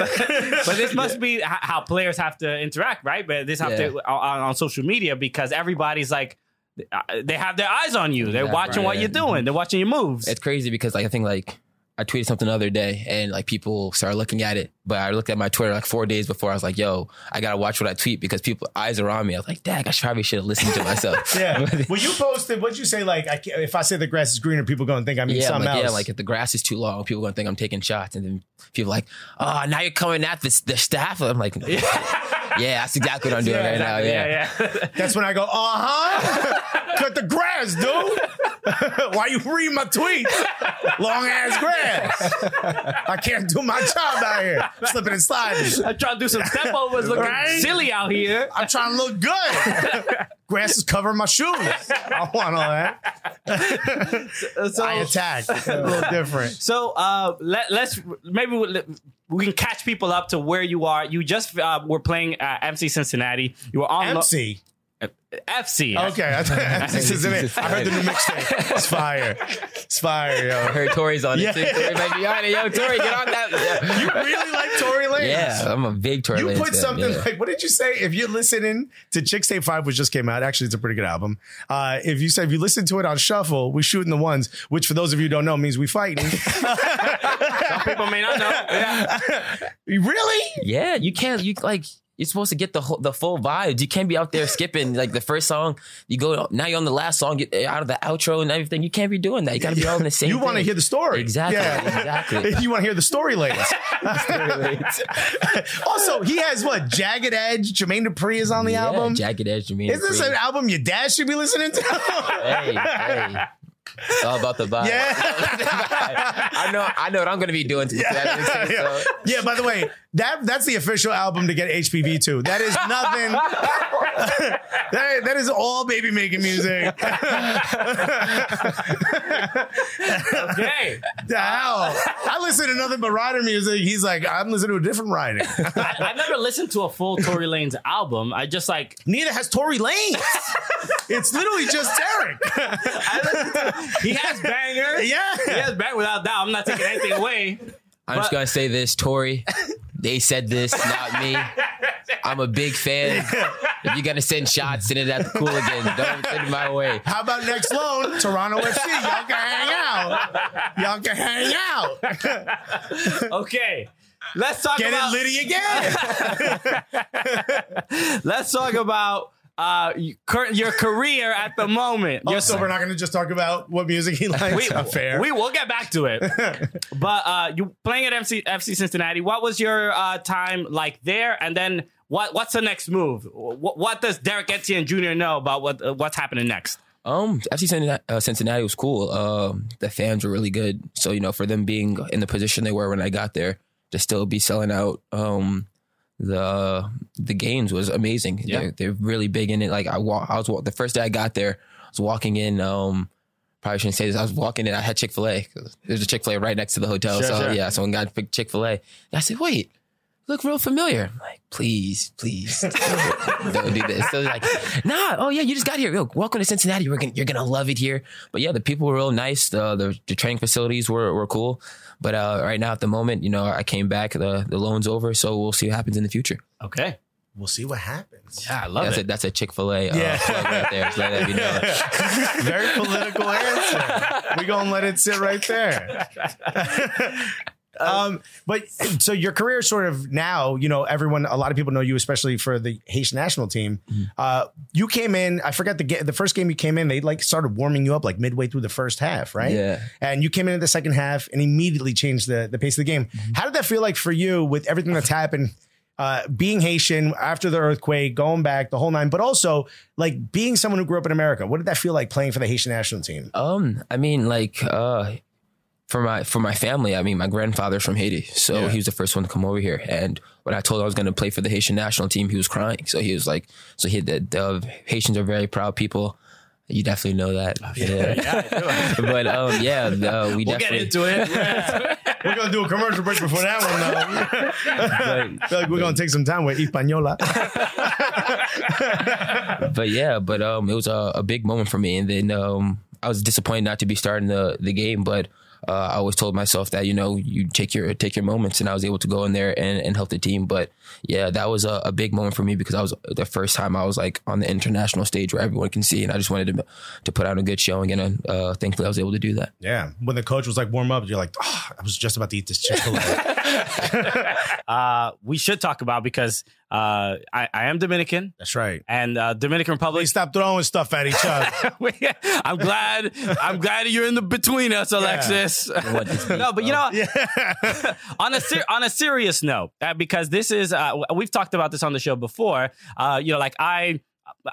S1: But this must be h- how players have to interact, right? But this have
S4: Yeah.
S1: to on, on social media because everybody's like, uh, they have their eyes on you. They're
S4: Yeah,
S1: watching
S4: right,
S1: what
S4: yeah.
S1: you're doing. They're watching your moves.
S4: It's crazy because like I think like I tweeted something the other day and like people started looking at it, but I looked at my Twitter like four days before. I was like, "Yo, I gotta watch what I tweet because people eyes are on me." I was like, "Dag, I should, probably should have listened to myself."
S2: Yeah. Well, you posted. What'd you say? Like, I can't, if I say the grass is greener, people gonna think I mean
S4: Yeah, I'm
S2: something
S4: like, yeah,
S2: else.
S4: like if the grass is too long, people gonna think I'm taking shots, and then people like, "Oh, now you're coming at this, the staff." I'm like, "Yeah, that's exactly what I'm doing
S2: Yeah,
S4: right
S1: Exactly.
S4: now." oh, Yeah,
S1: yeah.
S2: That's when I go, uh huh. Cut the grass, dude. Why you read my tweets? Long ass grass. I can't do my job out here. Slipping and sliding.
S1: I'm trying to do some step overs, looking
S2: Right?
S1: silly out here.
S2: I'm trying to look good. grass is covering my shoes. I don't want all that.
S1: So,
S2: I attack. A little different.
S1: So uh, let, let's maybe we, we can catch people up to where you are. You just uh, were playing uh, MC Cincinnati. You were on lo-
S2: MC.
S1: FC.
S2: Okay, I, thought- this isn't it. I heard the new mixtape. It's fire. It's fire, yo.
S4: Heard Tori's on it.
S2: Yeah.
S4: Too. Tori might be on it. Yo, Tori, get on that.
S2: You really like Tory Lanez?
S4: Yeah, I'm a big Tori.
S2: You
S4: Lanez
S2: put
S4: fan,
S2: something
S4: yeah.
S2: like, what did you say? If you're listening to Chicks Tape 5, which just came out, actually, it's a pretty good album. Uh, if you said, if you listen to it on Shuffle, we shooting the ones, which for those of you who don't know means we fighting.
S1: Some people may not know. Yeah.
S2: really?
S4: Yeah, you can't. You like you're supposed to get the whole, the full vibes. You can't be out there skipping like the first song. You go now you're on the last song, get out of the outro and everything. You can't be doing that. You gotta be all in the same.
S2: You want to
S4: thing.
S2: hear the story.
S4: Exactly, exactly.
S2: you want to hear the story latest. also, he has what? Jagged Edge, Jermaine Dupri is on the
S4: Yeah,
S2: album.
S4: Jagged Edge, Jermaine.
S2: is this
S4: Dupri.
S2: an album your dad should be listening to?
S4: Hey, hey. It's all about the vibe.
S2: yeah.
S4: I know. I know what I'm gonna be doing. To
S2: yeah.
S4: that,
S2: yeah.
S4: so.
S2: Yeah, by the way, that that's the official album to get HPV to. That is nothing. that, that is all baby making music.
S1: Okay.
S2: the hell? I listen to nothing but rider music. He's like, I'm listening to a different rider.
S1: I, I've never listened to a full Tory Lanez album. I just like
S2: Neither has Tory Lanez. it's literally just Derek.
S1: he has bangers.
S2: Yeah.
S1: He has bangers without doubt. I'm not taking anything away.
S4: I'm
S1: But-
S4: just gonna say this, Tori. They said this, not me. I'm a big fan. If you're gonna send shots, send it at the cool again. Don't send it my way.
S2: How about next loan? Toronto FC. Y'all can hang out. Y'all can hang out.
S1: Okay. Let's talk
S2: Get
S1: about
S2: it Liddy again.
S1: let's talk about uh, cur- your career at the moment. Your
S2: Oh, so we're not going to just talk about what music he likes.
S1: we,
S2: Not fair.
S1: we will get back to it. but uh, you playing at MC, FC Cincinnati. What was your uh, time like there? And then what what's the next move? What, what does Derek Etienne Jr. know about what uh, what's happening next?
S4: Um, FC Cincinnati, uh, Cincinnati was cool. Um, the fans were really good. So you know, for them being in the position they were when I got there, to still be selling out um, the the games was amazing.
S1: Yeah.
S4: They're, they're really big in it. Like I, wa- I was wa- the first day I got there, I was walking in. Um, probably shouldn't say this. I was walking in. I had Chick Fil A. There's a Chick Fil A right next to the hotel.
S1: Sure,
S4: so
S1: sure.
S4: yeah, someone got Chick Fil A. I said, wait. Look real familiar. I'm like, please, please, don't do this. So like, nah, oh yeah, you just got here. Yo, welcome to Cincinnati. We're gonna, you're gonna love it here. But yeah, the people were real nice. The the, the training facilities were, were cool. But uh, right now at the moment, you know, I came back. The the loan's over, so we'll see what happens in the future.
S1: Okay.
S2: we'll see what happens.
S1: Yeah, I love
S4: That's
S1: it.
S4: a that's a Chick Fil A uh,
S2: Yeah.
S4: plug right there. Just let that be known.
S2: Very political answer. We're gonna let it sit right there. um, but so your career sort of now, you know, everyone, a lot of people know you, especially for the Haitian national team. Uh, you came in, I forgot the ga- the first game you came in, they like started warming you up like midway through the first half, right?
S4: Yeah.
S2: And you came in at the second half and immediately changed the, the pace of the game. How did that feel like for you with everything that's happened? Uh, being Haitian after the earthquake, going back the whole nine, but also like being someone who grew up in America. What did that feel like playing for the Haitian national team?
S4: Um, I mean, like, uh, for my for my family, I mean, my grandfather's from Haiti, so he was the first one to come over here. And when I told him I was going to play for the Haitian national team, he was crying. So he was like, "So he the, the Haitians are very proud people. You definitely know that."
S1: Oh,
S4: Yeah, but um, yeah, uh, we
S1: we'll get
S4: definitely.
S1: into it.
S2: We're gonna do a commercial break before that one, though. feel like we're gonna take some time with Espanola.
S4: but yeah, but um, it was a, a big moment for me, and then um, I was disappointed not to be starting the the game, but. Uh, I always told myself that you know you take your take your moments, and I was able to go in there and, and help the team. But yeah, that was a, a big moment for me because I was the first time I was like on the international stage where everyone can see, and I just wanted to to put out a good showing, and uh, thankfully I was able to do that.
S2: yeah, when the coach was like warm up, you're like, oh, I was just about to eat this Chick Fil A.
S1: uh, we should talk about because uh, I, I am Dominican
S2: That's right.
S1: and uh, Dominican Republic.
S2: Please stop throwing stuff at each other.
S1: I'm glad. I'm glad you're in the between us, Alexis.
S4: want this beef,
S1: no, but you know, on a ser- on a serious note, uh, because this is uh, w- we've talked about this on the show before. Uh, you know, like I.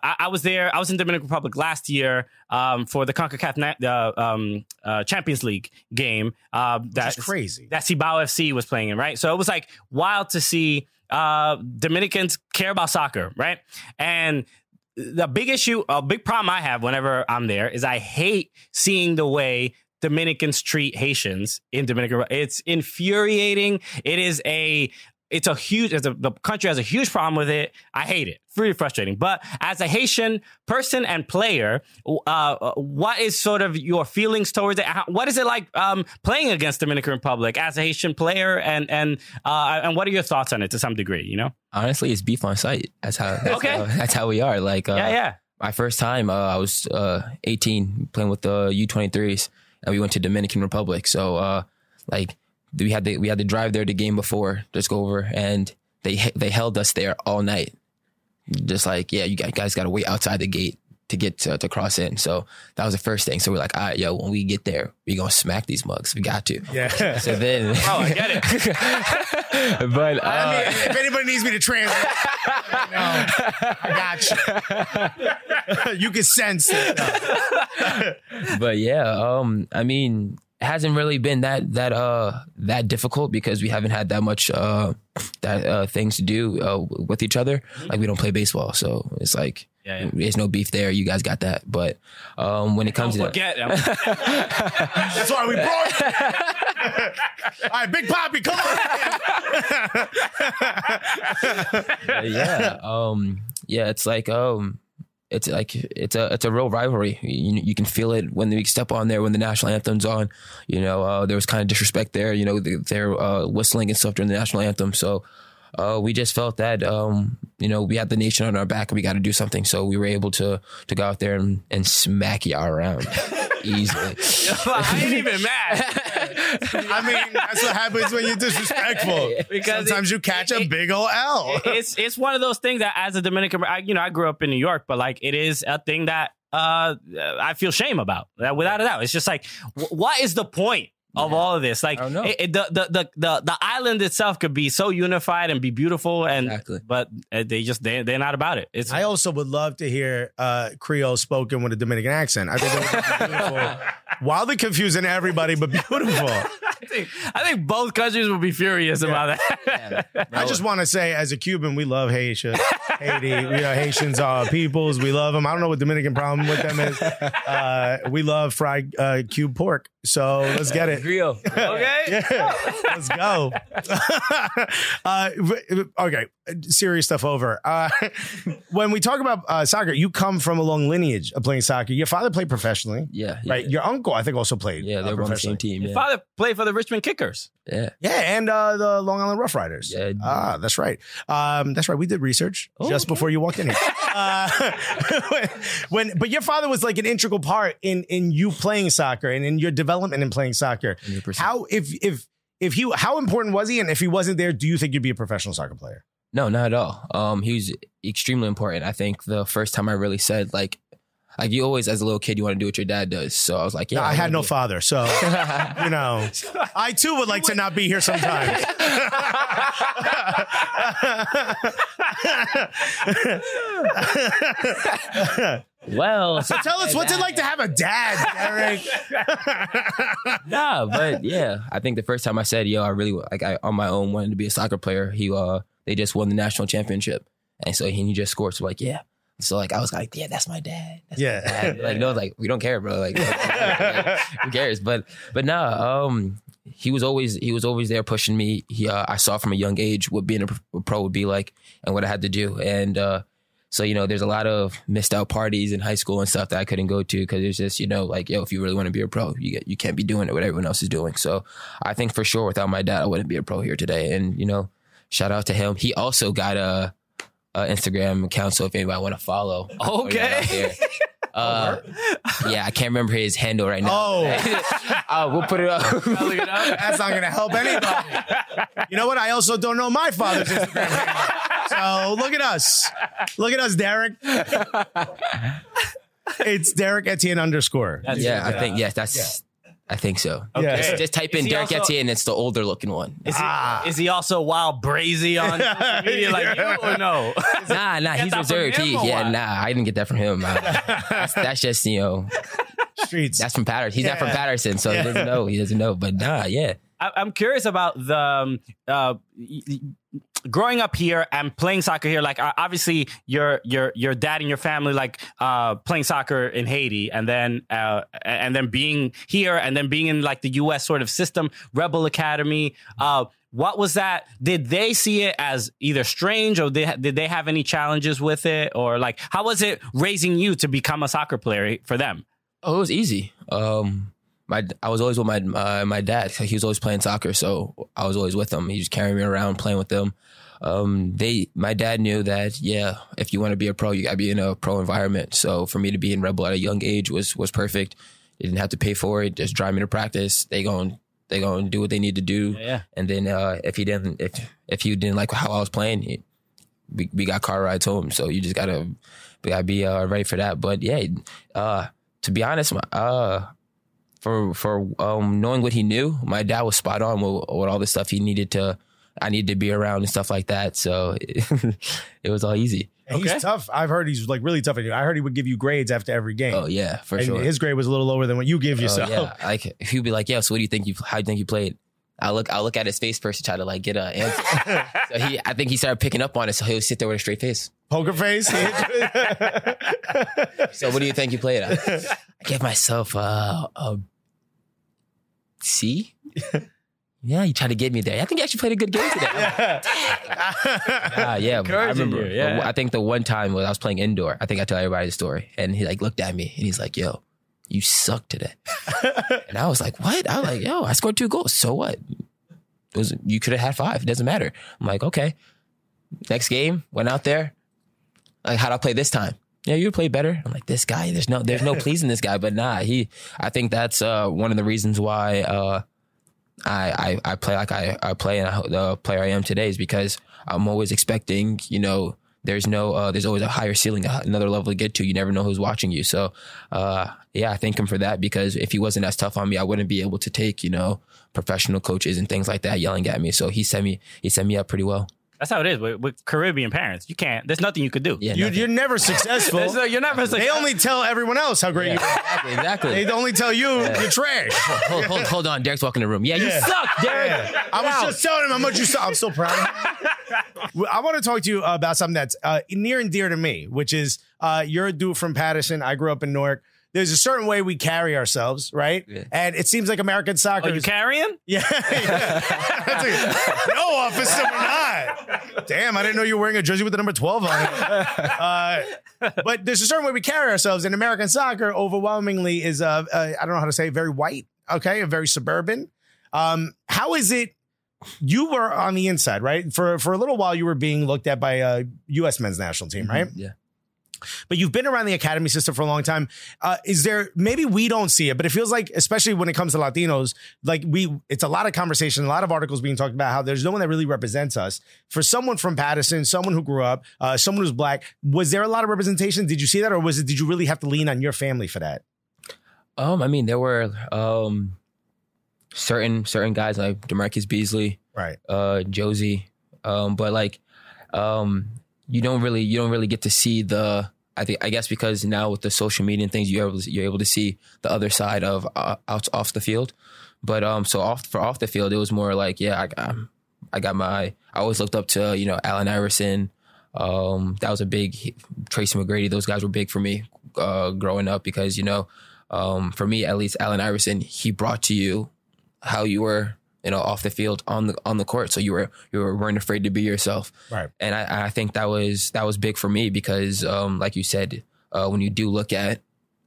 S1: I I was there. I was in Dominican Republic last year um, for the Concacaf Na- uh, um, uh, Champions League game. Uh, that's
S2: crazy.
S1: That Cibao FC was playing in, right? So it was like wild to see uh, Dominicans care about soccer, right? And the big issue, a big problem I have whenever I'm there is I hate seeing the way Dominicans treat Haitians in Dominican. It's infuriating. It is a It's a huge. It's a, the country has a huge problem with it. I hate it. It's really frustrating. But as a Haitian person and player, uh, what is sort of your feelings towards it? How, what is it like um, playing against Dominican Republic as a Haitian player? And and uh, and what are your thoughts on it to some degree? You know.
S4: Honestly, it's beef on site. That's how. That's
S1: Okay.
S4: How, that's how we are. Like, uh,
S1: yeah, yeah.
S4: my first time, uh, I was uh, 18 playing with the U23s, and we went to Dominican Republic. So, uh, like, we had to we had to drive there the game before, just go over, and they he- they held us there all night. Just like, yeah, you guys, got to wait outside the gate to get to, to cross in. So that was the first thing. So we're like, all right, yo, when we get there, we gonna smack these mugs. We got to.
S2: Yeah.
S4: So then,
S1: Oh, I get it.
S4: but uh,
S2: I mean, if anybody needs me to translate, no, I got you. you can sense it.
S4: but yeah, um, I mean, it hasn't really been that that uh that difficult because we haven't had that much uh that uh things to do uh, with each other. Like we don't play baseball, so it's like
S1: Mm-hmm. Yeah, yeah.
S4: there's no beef there. You guys got that, but um when it comes to
S1: Forget it. I'm-
S2: That's why we brought you. All right, Big Poppy, come on.
S4: yeah, um, yeah, it's like um, it's like it's a it's a real rivalry. You you can feel it when we step on there when the national anthem's on. You know, uh, there was kind of disrespect there. You know, they- they're uh, whistling and stuff during the national anthem. So uh, we just felt that um, you know we had the nation on our back and we got to do something. So we were able to to go out there and, and smack y'all around easily.
S1: I ain't even mad
S2: I mean, that's what happens when you're disrespectful.
S1: Because
S2: Sometimes
S1: it-
S2: you catch a big ol' L.
S1: it's it's one of those things that as a Dominican, I, you know, I grew up in New York, but like it is a thing that uh I feel shame about that without a doubt. It's just like, wh- what is the point? Of all of this, like
S4: I don't know.
S1: it, it- the, the the the the island itself could be so unified and be beautiful, and
S4: Exactly.
S1: but uh, they just they they're not about it. It's
S2: I also would love to hear uh, Creole spoken with a Dominican accent. I think that would be beautiful. Wildly confusing to everybody, but beautiful.
S1: I think, I think both countries would be furious about that.
S2: I just want to say, as a Cuban, we love Haitian. Haiti, we are Haitians are peoples. We love them. I don't know what Dominican problem with them is. Uh, we love fried uh, cube pork. So let's get it.
S4: Rio.
S1: okay,
S2: Yeah, let's go. uh, v- okay, serious stuff over. Uh, when we talk about uh, soccer, you come from a long lineage of playing soccer. Your father played professionally,
S4: Yeah, yeah,
S2: right? Your uncle, I think, also played.
S4: yeah,
S2: uh,
S4: they were on the same
S2: professionally.
S4: team. Yeah,
S1: father played for the Richmond Kickers.
S4: yeah.
S2: Yeah, and uh, the Long Island Rough Riders.
S4: Yeah.
S2: Ah, that's right. Um, that's right. We did research just before you walked in here. uh, when, but your father was like an integral part in in you playing soccer and in your development in playing soccer.
S4: 100%.
S2: How if if if he how important was he? And if he wasn't there, do you think you'd be a professional soccer player?
S4: No, not at all. Um, he was extremely important. I think the first time I really said like, like you always as a little kid you want to do what your dad does. So I was like, yeah,
S2: I had no
S4: wanna
S2: father, so you know, I too would like to not be here sometimes.
S4: do- Well,
S2: So tell us, what's it like to have a dad, Derek?
S4: nah, but yeah, I think the first time I said, yo, I really like I on my own wanted to be a soccer player. He uh, they just won the national championship, and so he, he just scored. So like, yeah. So like I was like, yeah, that's my dad. That's
S2: Yeah.
S4: my dad. like no, like we don't care, bro. Like, like, who cares? But but nah, um, he was always he was always there pushing me. He uh, I saw from a young age what being a pro- a pro would be like and what I had to do. And uh, so you know, there's a lot of missed out parties in high school and stuff that I couldn't go to because it's just you know like yo, if you really want to be a pro, you get, you can't be doing what everyone else is doing. So I think for sure without my dad, I wouldn't be a pro here today. And you know, shout out to him. He also got a. a Instagram account, so if anybody want to follow, I'll put it
S1: Okay.
S4: out there. Uh, yeah, I can't remember his handle right now.
S2: Oh.
S4: Uh, we'll put it up.
S1: Look it up.
S2: That's not going to help anybody. You know what? I also don't know my father's Instagram. handle. So look at us. Look at us, Derek. It's Derek Etienne underscore.
S1: That's-
S4: yeah, I think yes, that's. I think so.
S2: Yeah.
S4: Just, just type
S1: Is
S4: in
S1: he
S4: Derek
S1: also-
S4: Etienne. It's the older looking one.
S1: Is he, is he also wild brazy on social media like you or no?
S4: nah, nah,
S1: that
S4: he's
S1: from
S4: reserved.
S1: him
S4: He,
S1: or
S4: yeah,
S1: what?
S4: nah, I didn't get that from him. Uh, that's, that's just you know,
S2: Streets.
S4: that's from Patterson. He's not from
S2: Yeah.
S4: Patterson, so he doesn't know. He doesn't know. But nah, yeah,
S1: I- I'm curious about the um, uh, y- y- growing up here and playing soccer here. Like, uh, obviously, your your your dad and your family like uh, playing soccer in Haiti, and then uh, and then being here, and then being in like the U.S. sort of system, Rebel Academy. Uh, What was that? Did they see it as either strange or did, did they have any challenges with it? Or like, how was it raising you to become a soccer player for them?
S4: Oh, it was easy. Um, my I was always with my uh, my dad. He was always playing soccer, so I was always with him. He was carrying me around, playing with them. Um, they, my dad knew that. Yeah, if you want to be a pro, you got to be in a pro environment. So for me to be in Rebel at a young age was was perfect. They didn't have to pay for it. Just drive me to practice. They going they going to do what they need to do.
S1: Yeah.
S4: And then uh, if he didn't if if he didn't like how I was playing, he- we, we got car rides home. So you just gotta we gotta be uh, ready for that. But yeah, uh, to be honest, my, uh, for for um, knowing what he knew, my dad was spot on with, with all the stuff he needed to. I needed to be around and stuff like that. So it, was all easy.
S2: And
S1: Okay.
S2: He's tough. I've heard he's like really tough. at you. I heard he would give you grades after every game.
S4: Oh yeah, for
S2: and
S4: sure.
S2: his grade was a little lower than what you give
S4: Oh,
S2: yourself.
S4: yeah, like he'd be like, "Yeah, so what do you think you how do you think you played?" I look I look at his face first to try to like get a answer. so he I think he started picking up on it. So he'll sit there with a straight face.
S2: Poker face.
S4: So what do you think you played at? I gave myself uh, a C. Yeah, you tried to get me there. I think you actually played a good game today. Ah, yeah, I
S1: Encouraging
S4: remember.
S1: you, yeah.
S4: I think the one time when I was playing indoor, I think I tell everybody the story, and he like looked at me and he's like, "Yo, you suck today." and I was like, "What?" I was like, "Yo, I scored two goals. So what? It was- you could have had five. It doesn't matter." I'm like, "Okay." Next game, went out there. Like, how'd I play this time? Yeah, you play better. I'm like, this guy, there's no there's no pleasing this guy, but nah, he I think that's uh one of the reasons why uh I I, I play like I, I play and I, ho- the player I am today is because I'm always expecting, you know, there's no uh there's always a higher ceiling, a- another level to get to. You never know who's watching you. So uh yeah, I thank him for that because if he wasn't as tough on me, I wouldn't be able to take, you know, professional coaches and things like that yelling at me. So he set me he set me up pretty well.
S1: That's how it is with, with Caribbean parents. You can't, there's nothing you could do.
S4: Yeah.
S2: you,
S4: nothing.
S2: you're never successful.
S1: There's no, you're never
S2: they only tell everyone else how great you are.
S4: exactly, exactly.
S2: They only tell you you're trash.
S4: hold, hold, hold on, Derek's walking in the room. Yeah, you suck, Derek.
S2: I was just telling him how much you saw. I'm so proud. of him. I want to talk to you about something that's uh, near and dear to me, which is uh, you're a dude from Patterson. I grew up in Newark. There's a certain way we carry ourselves, right? And it seems like American soccer.
S1: Are you
S2: is-
S1: carrying?
S2: yeah. yeah. That's like, no, officer, we're not. Damn, I didn't know you were wearing a jersey with the number 12 on it. Uh, but there's a certain way we carry ourselves, and American soccer overwhelmingly is, uh, uh, I don't know how to say, it, very white, okay, and very suburban. Um, how is it? You were on the inside, right? For for a little while, you were being looked at by a U.S. men's national team, right?
S4: Yeah.
S2: But you've been around the academy system for a long time. Uh, is there maybe we don't see it, but it feels like, especially when it comes to Latinos, like we, it's a lot of conversation, a lot of articles being talked about how there's no one that really represents us. For someone from Patterson, someone who grew up, uh, someone who's black, was there a lot of representation? Did you see that, or was it? Did you really have to lean on your family for that?
S4: Um, I mean, there were um certain certain guys like Demarcus Beasley,
S2: Right.
S4: uh, Josie, um, but like, um, you don't really you don't really get to see the. I think I guess because now with the social media and things, you're able to, you're able to see the other side of uh, out off the field. But um, so off for off the field, it was more like yeah, I, um, I got my. I always looked up to you know Allen Iverson. Um, that was a big Tracy McGrady. Those guys were big for me uh, growing up because you know, um, for me at least, Allen Iverson he brought to you how you were you know off the field on the on the court so you were you were, weren't afraid to be yourself
S2: Right.
S4: and I, I think that was that was big for me because um like you said uh when you do look at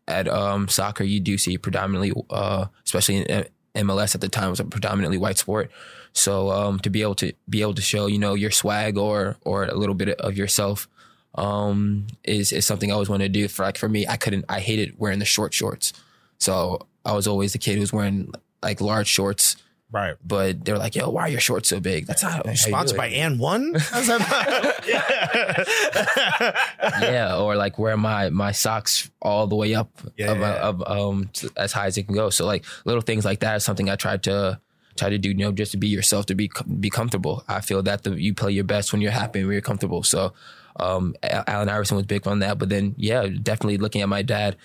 S4: at um soccer you do see predominantly uh especially in uh, MLS at the time was a predominantly white sport so um to be able to be able to show you know your swag or or a little bit of yourself um is is something I always wanted to do for like for me I couldn't I hated wearing the short shorts so I was always the kid who was wearing like large shorts
S2: Right.
S4: but they're like, "Yo, why are your shorts so big?" That's not how you
S2: Sponsored
S4: do
S2: by
S4: it.
S2: And One. How's that?
S4: yeah, or like wear my my socks all the way up
S2: Yeah,
S4: of,
S2: yeah, yeah.
S4: of um to, as high as it can go. So like little things like that is something I tried to try to do, you know, just to be yourself, to be com- be comfortable. I feel that the, you play your best when you're happy and when you're comfortable. So um, Al- Allen Iverson was big on that, but then yeah, definitely looking at my dad,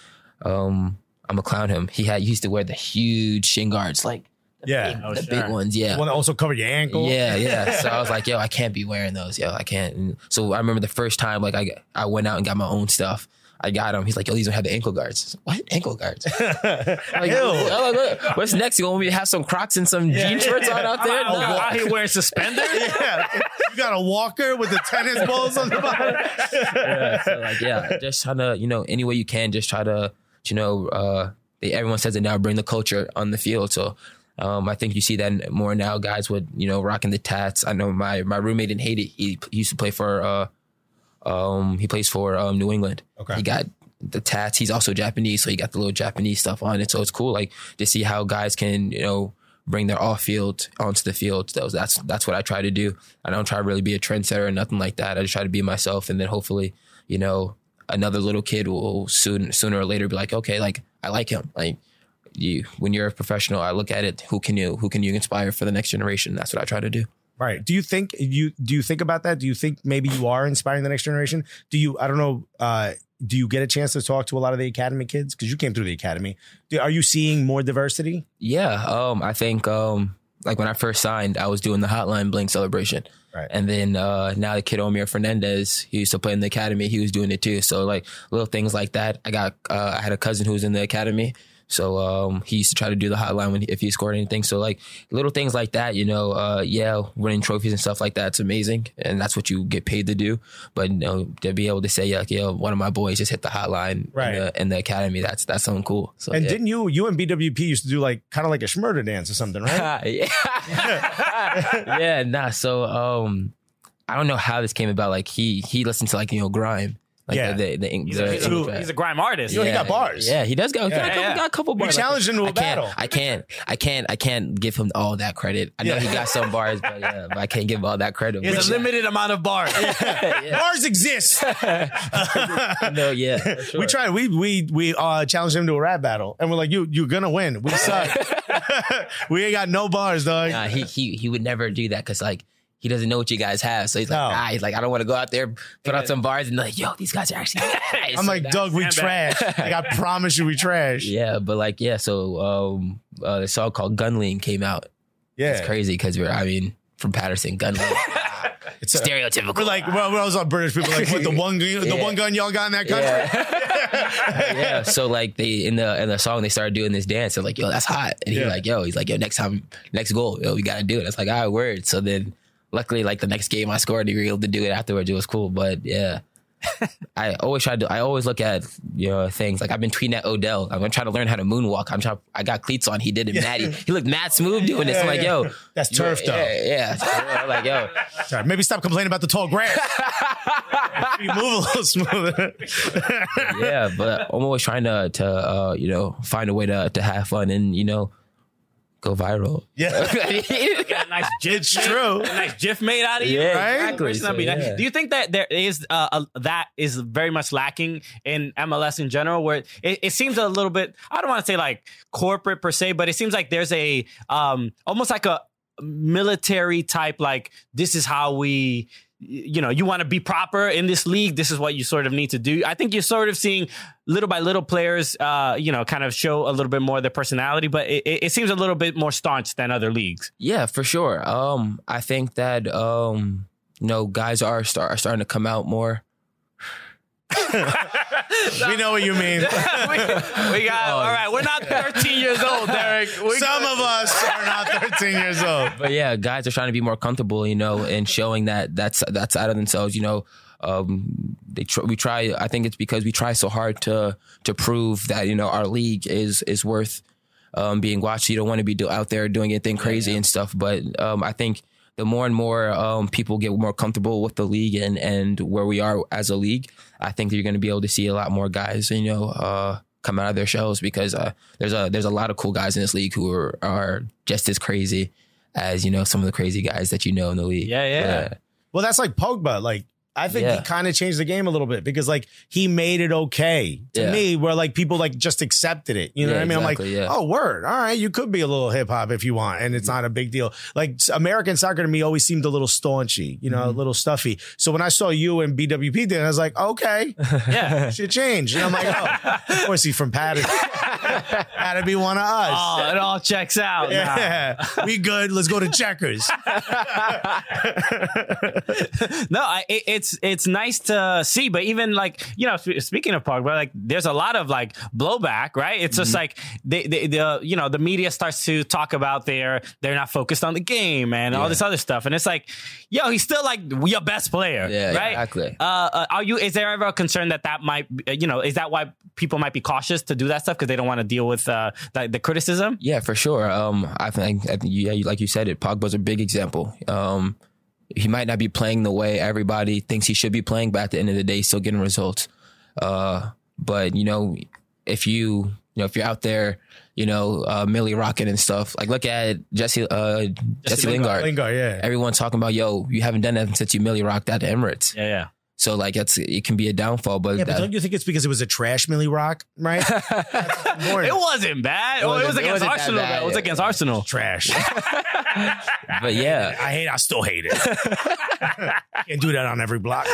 S4: um, I'm gonna clown him. He had he used to wear the huge shin guards, like
S2: yeah.
S1: Oh,
S4: the
S1: sure.
S4: big ones, yeah.
S2: One that also covered your ankle.
S4: Yeah, yeah. So I was like, yo, I can't be wearing those. Yo, I can't. And so I remember the first time, like, I I went out and got my own stuff. I got him. He's like, yo, these don't have the ankle guards. I said, what ankle guards? I'm like, I'm like, what- what's next? You want me to have some Crocs and some jean shorts on out there?
S1: I'm
S4: No.
S1: out here wearing suspenders.
S2: yeah. You got a walker with the tennis balls on the bottom.
S4: yeah, so like yeah, just try to you know any way you can, just try to you know uh, they, everyone says it now, bring the culture on the field. So um, I think you see that more now. Guys with you know rocking the tats. I know my my roommate in Haiti, he, he used to play for uh, um, he plays for um, New England.
S2: Okay.
S4: he got the tats. He's also Japanese, so he got the little Japanese stuff on it. So it's cool, like to see how guys can you know. Bring their off field onto the field. That was, that's that's what I try to do. I don't try to really be a trendsetter or nothing like that. I just try to be myself, and then hopefully, you know, another little kid will soon sooner or later be like, okay, like I like him. Like you, when you're a professional, I look at it. Who can you who can you inspire for the next generation? That's what I try to do.
S2: Right. Do you think you do you think about that? Do you think maybe you are inspiring the next generation? Do you I don't know uh do you get a chance to talk to a lot of the academy kids cuz you came through the academy? Do, are you seeing more diversity?
S4: Yeah, um, I think um, like when I first signed, I was doing the Hotline Bling celebration,
S2: Right.
S4: and then uh, now the kid Omir Fernandez, he used to play in the academy, he was doing it too. So like little things like that. I got uh, I had a cousin who was in the academy, so um, he used to try to do the hotline when if he scored anything. So like little things like that, you know, uh, yeah, winning trophies and stuff like that's amazing, and that's what you get paid to do. But you know, to be able to say like, yo, one of my boys just hit the hotline
S2: Right.
S4: in, the, in the academy, that's that's something cool. So
S2: And
S4: yeah.
S2: didn't you you and BWP used to do like kind of like a schmurder dance or something, right?
S4: Ah, yeah. yeah, nah. So um I don't know how this came about. Like he he listened to like, you know, grime. Like
S2: Yeah.
S4: the, the, the, eng-
S1: He's
S4: the
S1: a, he's,
S4: English
S1: a,
S4: rap.
S1: he's a grime artist.
S2: You know, he got bars.
S4: Yeah, he does got, got, a
S1: Yeah,
S4: couple,
S1: yeah.
S4: got a couple bars.
S2: challenged him to a
S4: I can't,
S2: battle.
S4: I can't, I can't, I can't give him all that credit. I know he got some bars, but yeah, but I can't give him all that credit.
S1: He has a
S4: But-
S1: limited amount of bars.
S2: Bars exist.
S4: No, yeah. for sure.
S2: We tried. We we we uh, challenged him to a rap battle, and we're like, "You you're gonna win. We suck. we ain't got no bars, dog."
S4: Nah, he he he would never do that because like he doesn't know what you guys have. So he's like,
S2: No.
S4: nah, he's like, I don't want to go out there, put out some bars, and like, yo, these guys are actually. Nice.
S2: I'm like,
S4: Doug.
S2: "Doug, we
S1: Stand
S2: trash. like, I promise you, we trash."
S4: Yeah, but like yeah, so um, uh, the song called Gunling came out.
S2: yeah.
S4: It's crazy because we're I mean from Patterson Gunling. it's stereotypical.
S2: We're like, well, we're always on British people. Like, what the one gun, the
S4: Yeah.
S2: one gun y'all got in that country?
S4: yeah. yeah. So like they in the in the song they started doing this dance. They're like, yo, that's hot. And he's
S2: Yeah.
S4: like, yo, he's like, yo, next time, next goal, yo, we gotta do it. It's like, all right, word. So then luckily like the next game I scored, they were able to do it afterwards. It was cool. But yeah. I always try to I always look at you know things. Like I've been tweeting at Odell. I'm gonna try to learn how to moonwalk. I'm trying I got cleats on, he did it mad. He, he looked mad smooth doing this. I'm like,
S2: yeah.
S4: yo,
S2: That's
S4: you-
S2: turf, though.
S4: Yeah, yeah. So I'm like, yo,
S2: Sorry, maybe stop complaining about the tall grass. you move a little smoother.
S4: yeah, but I'm always trying to to uh, you know find a way to to have fun and you know go viral.
S2: Yeah,
S1: got a nice gif.
S2: it's
S1: made-
S2: true.
S1: A nice gif made out of you.
S4: Yeah,
S1: Right?
S4: exactly.
S1: Person
S4: So,
S1: that'd be nice.
S4: yeah.
S1: Do you think that there is uh, a, that is very much lacking in MLS in general, where it, it seems a little bit? I don't want to say like corporate per se, but it seems like there's a um almost like a military type like this is how we you know you want to be proper in this league this is what you sort of need to do i think you're sort of seeing little by little players uh you know kind of show a little bit more of their personality but it, it it seems a little bit more staunch than other leagues
S4: Yeah, for sure. Um, I think that um, you know, guys are start are starting to come out more.
S2: we know what you mean.
S1: we, we got all right. We're not 13 years old, Derek. We,
S2: Some of us are not 13 years old.
S4: But yeah, guys are trying to be more comfortable, you know, and showing that that's that's out of themselves, you know. Um, they tr- we try. I think it's because we try so hard to to prove that you know our league is is worth um, being watched. You don't want to be do- out there doing anything crazy and stuff. But um, I think the more and more um, people get more comfortable with the league and and where we are as a league, I think you're going to be able to see a lot more guys, you know, uh, come out of their shells because uh, there's a there's a lot of cool guys in this league who are, are just as crazy as you know some of the crazy guys that you know in the league.
S1: Yeah, yeah.
S2: Well, that's like Pogba. Like, I think
S4: Yeah.
S2: he kind of changed the game a little bit because like he made it okay to
S4: Yeah.
S2: me, where like people like just accepted it. You know
S4: Yeah,
S2: what I mean?
S4: exactly,
S2: I'm
S4: yeah.
S2: like, oh word, all right, you could be a little hip hop if you want, and it's not a big deal. Like s- American soccer to me always seemed a little staunchy, you know,
S4: Mm-hmm.
S2: a little stuffy. So when I saw you and BWP, then I was like, okay,
S1: yeah.
S2: shit changed. And I'm like, oh, of course he's from Patterson. Gotta be one of us.
S1: Oh, it all checks out. now.
S2: yeah, we good. Let's go to checkers.
S1: No, I, it, it's it's it's nice to see, but even like you know, sp- speaking of Pogba, like there's a lot of like blowback, right? It's
S4: Mm-hmm.
S1: just like they, they, the you know the media starts to talk about their they're not focused on the game and all this other stuff, and it's like, yo, he's still like your best player,
S4: Yeah,
S1: right?
S4: exactly.
S1: Uh, uh, are you? Is there ever a concern that that might uh, you know is that why people might be cautious to do that stuff because they don't want to deal with uh, the, the criticism?
S4: Yeah, for sure. Um, I think, I think yeah, you- like you said, it Pogba's a big example. Um, he might not be playing the way everybody thinks he should be playing, but at the end of the day, he's still getting results. Uh, but you know, if you you know if you're out there, you know, uh, Millie Rocket and stuff, like look at Jesse uh, Jesse, Lingard.
S2: Lingard, yeah.
S4: Everyone talking about yo, you haven't done that since you Millie Rocked out to Emirates.
S1: Yeah, yeah.
S4: So like that's it can be a downfall, but,
S2: Yeah, but
S4: that-
S2: don't you think it's because it was a trash Millie Rock, right?
S1: It wasn't bad.
S4: It
S1: oh, it
S4: wasn't-
S1: was against
S4: it wasn't that
S1: Arsenal.
S4: bad,
S1: though. It was
S4: yeah.
S1: against Arsenal.
S2: trash.
S4: but yeah,
S2: I hate. I still hate it. Can't do that on every block.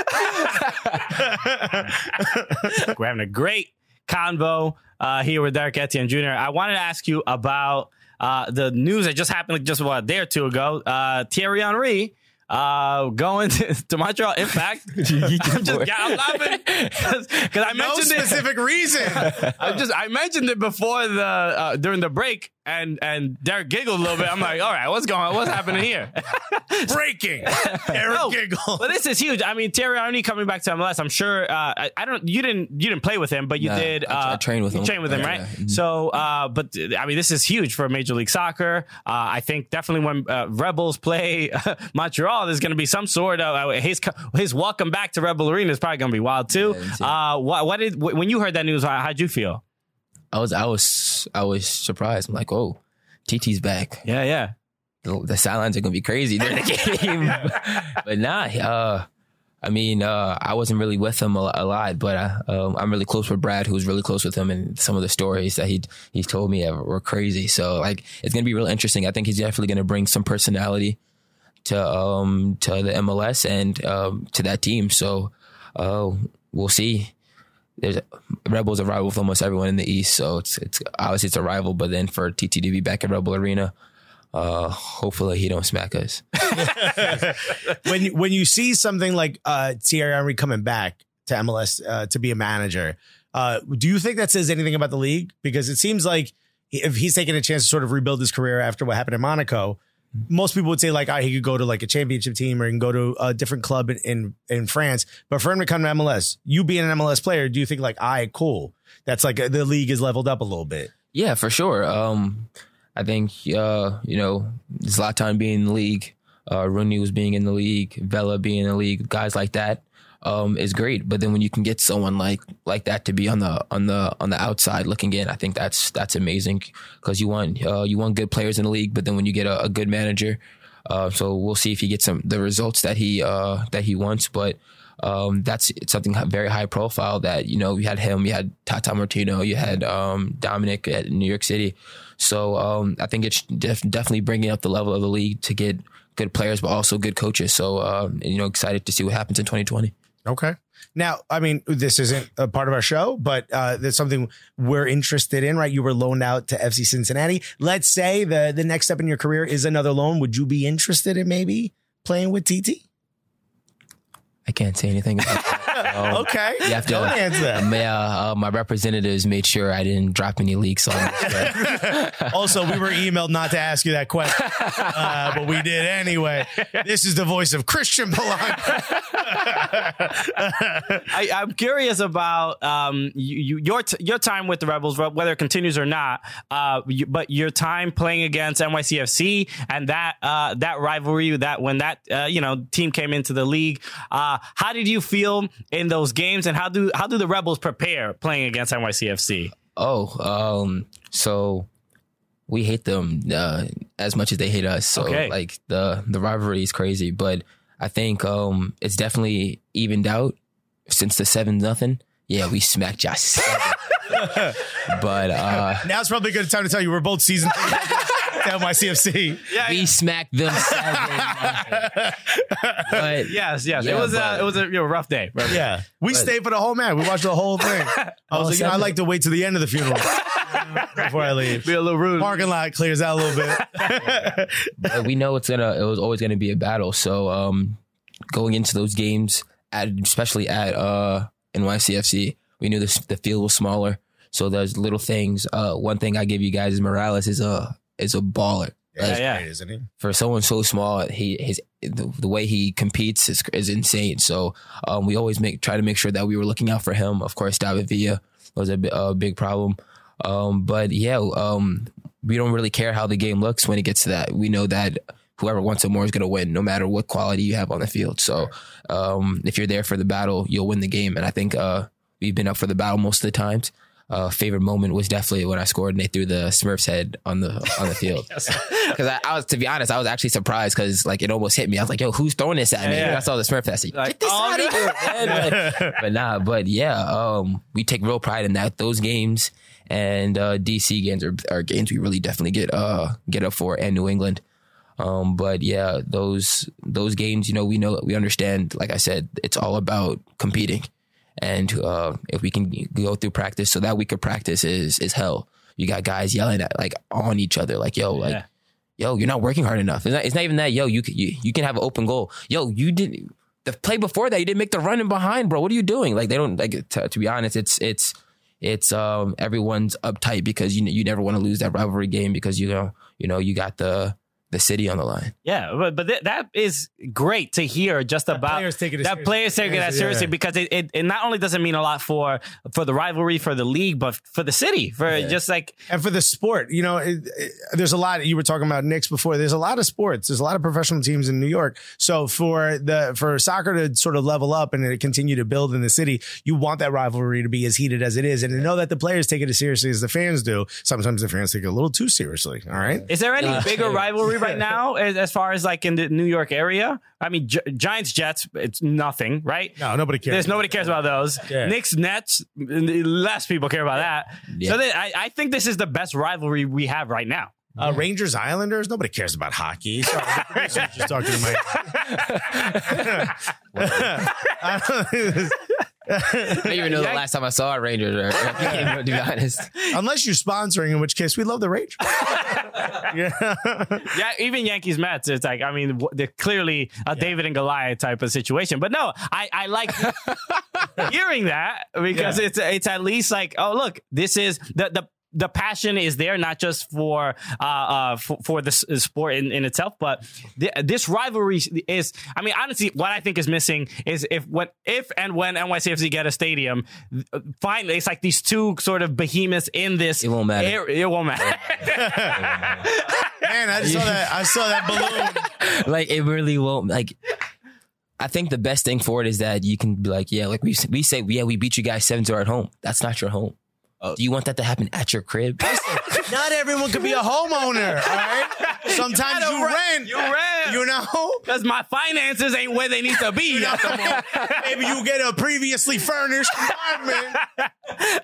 S1: We're having a great convo uh, here with Derek Etienne Jr. I wanted to ask you about uh, the news that just happened like, just what, a day or two ago. Uh, Thierry Henry uh, going to, to Montreal Impact. I'm just yeah, I'm laughing because I
S2: No
S1: mentioned it.
S2: specific reason.
S1: I just I mentioned it before the uh, during the break, and and Derek giggled a little bit. I'm like, all right, what's going on? What's happening here?
S2: Breaking. Eric
S1: No,
S2: giggle.
S1: But this is huge. I mean, Terry Arney coming back to MLS. I'm sure. Uh, I, I don't. You didn't. You didn't play with him, but you
S4: Nah,
S1: did.
S4: I-
S1: Uh,
S4: I trained with
S1: you
S4: him.
S1: Trained with him,
S4: Yeah,
S1: right?
S4: yeah.
S1: So, uh, but uh, I mean, this is huge for Major League Soccer. Uh, I think definitely when uh, Rebels play Montreal, there's going to be some sort of uh, his co- his welcome back to Rebel Arena is probably going to be wild too.
S4: me too.
S1: uh, what, what did wh- when you heard that news? How, how'd you feel?
S4: I was I was I was surprised. I'm like, oh, TT's back.
S1: Yeah, yeah.
S4: the, the sidelines are gonna be crazy during the game. but nah, uh, I mean, uh, I wasn't really with him a, lo- a lot, but I, um, I'm really close with Brad, who's really close with him, and some of the stories that he he's told me are, were crazy. So like, it's gonna be real interesting. I think he's definitely gonna bring some personality to um to the MLS and um to that team. So, uh, we'll see. There's Rebels a rival with almost everyone in the East, so it's it's obviously it's a rival. But then for TT to be back at Rebel Arena, uh, hopefully he don't smack us.
S2: when you- when you see something like uh, Thierry Henry coming back to MLS uh, to be a manager, uh, do you think that says anything about the league? Because it seems like if he's taking a chance to sort of rebuild his career after what happened in Monaco, most people would say like, ah, he could go to like a championship team or he can go to a different club in, in in France. But for him to come to MLS, you being an MLS player, do you think like, I cool? That's like uh, the league is leveled up a little bit.
S4: Yeah, for sure. Um, I think uh, you know Zlatan being in the league, uh, Rooney was being in the league, Vela being in the league, guys like that um, is great. But then when you can get someone like like that to be on the on the on the outside looking in, I think that's that's amazing because you want uh, you want good players in the league. But then when you get a, a good manager, uh, so we'll see if he gets some the results that he uh, that he wants, but. um, that's something h- very high profile that, you know, you had him, you had Tata Martino, you had um, Dominic at New York City. So um, I think it's def- definitely bringing up the level of the league to get good players, but also good coaches. So, um, you know, excited to see what happens in 2020.
S2: Okay. Now, I mean, this isn't a part of our show, but uh, there's something we're interested in, right? You were loaned out to FC Cincinnati. Let's say the the next step in your career is another loan. Would you be interested in maybe playing with TT?
S4: I can't say anything about that. Um,
S2: Okay.
S4: You have to-
S2: Don't answer that.
S4: my, uh, uh, my representatives made sure I didn't drop any leaks on this. but-
S2: Also, we were emailed not to ask you that question, uh, but we did anyway. This is the voice of Christian Polanco.
S1: I, I'm curious about um, you, you, your t- your time with the Rebels, wh- whether it continues or not. Uh, you, but your time playing against NYCFC and that uh, that rivalry, that when that uh, you know team came into the league, uh, how did you feel in those games, and how do how do the Rebels prepare playing against NYCFC?
S4: Oh, um, so we hate them uh, as much as they hate us. So
S1: Okay.
S4: like the the rivalry is crazy, but I think um, it's definitely evened out since the seven nothing. Yeah, we smacked Josh. seven. but uh,
S2: Now it's probably a good time to tell you we're both season three to NYCFC.
S4: we smacked them seven. nothing. But
S1: Yes, yes, it
S4: Yeah,
S1: was a
S4: but-
S1: it was a you know, rough day. rough day.
S2: Yeah. We stayed for the whole match. We watched the whole thing. I was like, you know, I like to wait to the end of the funeral before I leave.
S1: Be a little rude.
S2: Parking lot clears out a little bit.
S4: but we know it's gonna it was always gonna be a battle. So um going into those games at, especially at uh, NYCFC, we knew the, the field was smaller. So there's little things. Uh, one thing I give you guys is Morales is a is a baller. Like,
S1: yeah.
S2: Great, isn't he?
S4: for someone so small, he his the, the way he competes is is insane. So um, we always make try to make sure that we were looking out for him. Of course, David Villa was a, bi- a big problem, um, but yeah, um, we don't really care how the game looks when it gets to that. We know that whoever wants it more is going to win, no matter what quality you have on the field. So um, if you're there for the battle, you'll win the game. And I think uh, we've been up for the battle most of the times. Uh, favorite moment was definitely when I scored and they threw the Smurfs head on the on the field. Because I, I was, to be honest, I was actually surprised because like it almost hit me. I was like, "Yo, who's throwing this at me?"
S1: Yeah.
S4: And I saw the Smurf. I said,
S1: Like,
S4: "Get this
S1: oh,
S4: out of
S1: no.
S4: here!" man." Like, but nah, but yeah, um, we take real pride in that. Those games and uh, DC games are, are games we really definitely get uh get up for, and New England. Um, but yeah, those those games, you know, we know we understand. Like I said, it's all about competing, and uh, if we can go through practice, so that we could practice is is hell. You got guys yelling at like on each other, like yo, like
S1: Yeah.
S4: yo, you're not working hard enough. It's not, it's not even that yo, you, c- you you can have an open goal. Yo, you didn't the play before that. You didn't make the run in behind, bro. What are you doing? Like they don't like to, to be honest. It's it's it's um everyone's uptight because you you never want to lose that rivalry game because you know you know you got the the city on the line.
S1: Yeah, but but th- that is great to hear just about
S2: players taking it
S1: that
S2: seriously.
S1: players taking that
S2: Yeah, yeah.
S1: seriously because it, it, it not only doesn't mean a lot for for the rivalry for the league but for the city for just like
S2: and for the sport, you know, it, it, there's a lot. You were talking about Knicks before. There's a lot of sports. There's a lot of professional teams in New York. So for the for soccer to sort of level up and to continue to build in the city, you want that rivalry to be as heated as it is, and to know that the players take it as seriously as the fans do. Sometimes the fans take it a little too seriously. All right.
S1: is there any bigger rivalry right now as, as far as like in the New York area? I mean, Gi- Giants Jets it's nothing, right?
S2: No, nobody cares.
S1: There's nobody cares about those.
S2: Yeah.
S1: Knicks Nets less people care about that.
S4: Yeah.
S1: So then I, I think this is the best rivalry we have right now.
S2: Uh, Rangers Islanders. Nobody cares about hockey. Sorry, the producer was just talking to my. I don't-
S4: I don't even know the last time I saw a Ranger. Or, to be honest,
S2: Unless you're sponsoring, in which case we love the Rangers. yeah.
S1: Yeah, even Yankees Mets. It's like I mean, w- they're clearly a David and Goliath type of situation. But no, I I like hearing that because it's it's at least like oh look, this is the the. The passion is there, not just for uh, uh, for, for the s- sport in, in itself, but th- this rivalry is. I mean, honestly, what I think is missing is if when if and when NYCFC get a stadium, th- finally, it's like these two sort of behemoths in this.
S4: It won't matter.
S1: ar- it won't matter.
S2: Man, I just saw that. I saw that balloon.
S4: like it really won't like I think the best thing for it is that you can be like, yeah, like we we say, yeah, we beat you guys seven zero at home. That's not your home. Do you want that to happen at your crib?
S2: Not everyone could be a homeowner. All right. Sometimes
S1: gotta
S2: you
S1: rent.
S2: rent.
S1: You rent.
S2: You know.
S1: Because my finances ain't where they need to be.
S2: Maybe you get a previously furnished apartment,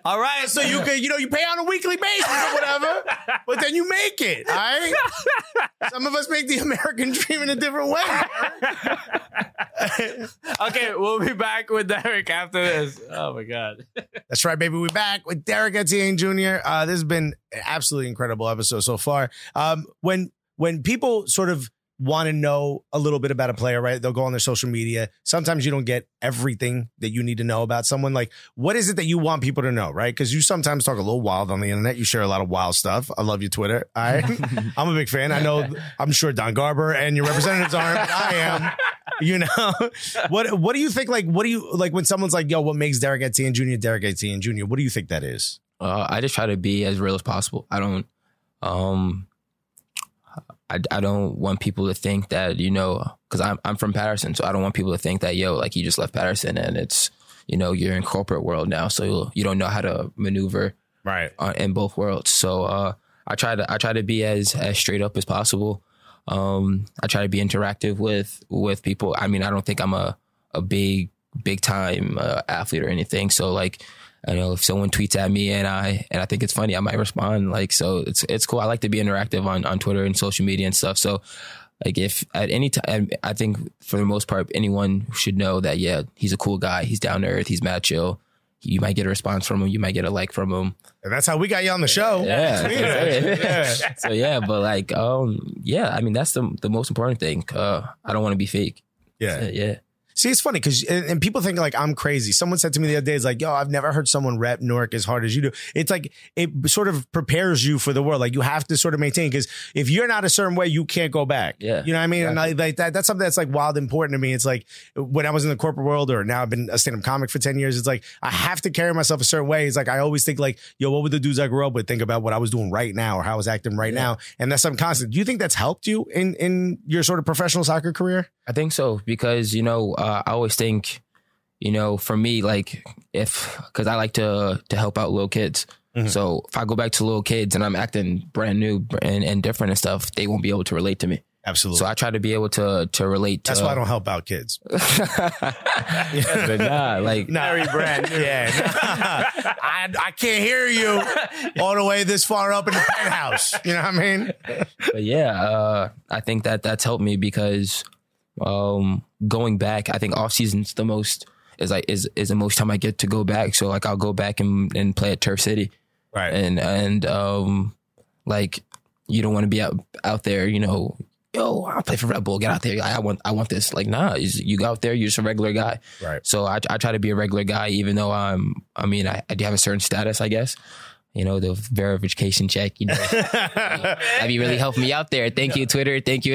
S1: All right.
S2: so you could, you know, you pay on a weekly basis or whatever. But then you make it. All right. Some of us make the American dream in a different way. all right?
S1: okay, we'll be back with Derek after this. Oh my god.
S2: That's right, baby. We're back with Derek Etienne Jr. Uh, this has been an absolutely incredible episode so far. Um, when when people sort of want to know a little bit about a player, right? They'll go on their social media. Sometimes you don't get everything that you need to know about someone. Like, what is it that you want people to know, right? Because you sometimes talk a little wild on the internet. You share a lot of wild stuff. I love your Twitter. All right. I'm a big fan. I know. I'm sure Don Garber and your representatives aren't, but I am. You know, what what do you think? Like, what do you like when someone's like, "Yo, what makes Derek Etienne Jr. Derek Etienne Jr.?" What do you think that is?
S4: Uh, I just try to be as real as possible. I don't, um, I, I don't want people to think that you know, because I'm I'm from Patterson, so I don't want people to think that yo, like you just left Patterson and it's you know you're in corporate world now, so you you don't know how to maneuver
S2: Right.
S4: uh, in both worlds. So uh, I try to I try to be as as straight up as possible. Um, I try to be interactive with with people. I mean, I don't think I'm a a big big time uh, athlete or anything. So like, I know if someone tweets at me and I and I think it's funny, I might respond. Like, so it's it's cool. I like to be interactive on on Twitter and social media and stuff. So. Like if at any time, I think for the most part, anyone should know that yeah, he's a cool guy. He's down to earth. He's mad chill. You might get a response from him. You might get a like from him.
S2: And that's how we got you on the show.
S4: Yeah.
S2: Oh, Yeah.
S4: So yeah, but like, um, yeah, I mean, that's the the most important thing. Uh, I don't want to be fake.
S2: Yeah.
S4: Yeah.
S2: See, it's funny because and, and people think like I'm crazy. Someone said to me the other day, "It's like, yo, I've never heard someone rep Newark as hard as you do." It's like it sort of prepares you for the world. Like you have to sort of maintain because if you're not a certain way, you can't go back.
S4: Yeah.
S2: you know what I mean. And I, like that, that's something that's like wild important to me. It's like when I was in the corporate world, or now I've been a stand-up comic for ten years. It's like I have to carry myself a certain way. It's like I always think like, yo, what would the dudes I grew up with think about what I was doing right now or how I was acting right now? And that's something constant. Do you think that's helped you in in your sort of professional soccer career?
S4: I think so because you know uh, I always think, you know, for me like if because I like to to help out little kids.
S2: Mm-hmm.
S4: So if I go back to little kids and I'm acting brand new and, and different and stuff, they won't be able to relate to me.
S2: Absolutely.
S4: So I try to be able to to relate to.
S2: that's why I don't help out kids.
S4: but nah, like
S2: Very brand new. Yeah. nah. I, I can't hear you all the way this far up in the penthouse. You know what I mean?
S4: but yeah, uh, I think that that's helped me because um, going back, I think off season's the most is like is is the most time I get to go back. So like I'll go back and and play at Turf City,
S2: Right.
S4: and and um, like you don't want to be out out there, you know. Yo, I play for Red Bull. Get out there. I I want. I want this. Like, nah. You you go out there. You're just a regular guy.
S2: Right.
S4: So I, I try to be a regular guy, even though I'm. I mean, I, I do have a certain status, I guess. You know, the verification check. You know, Have you really helped me out there? Thank you, Twitter. Thank you,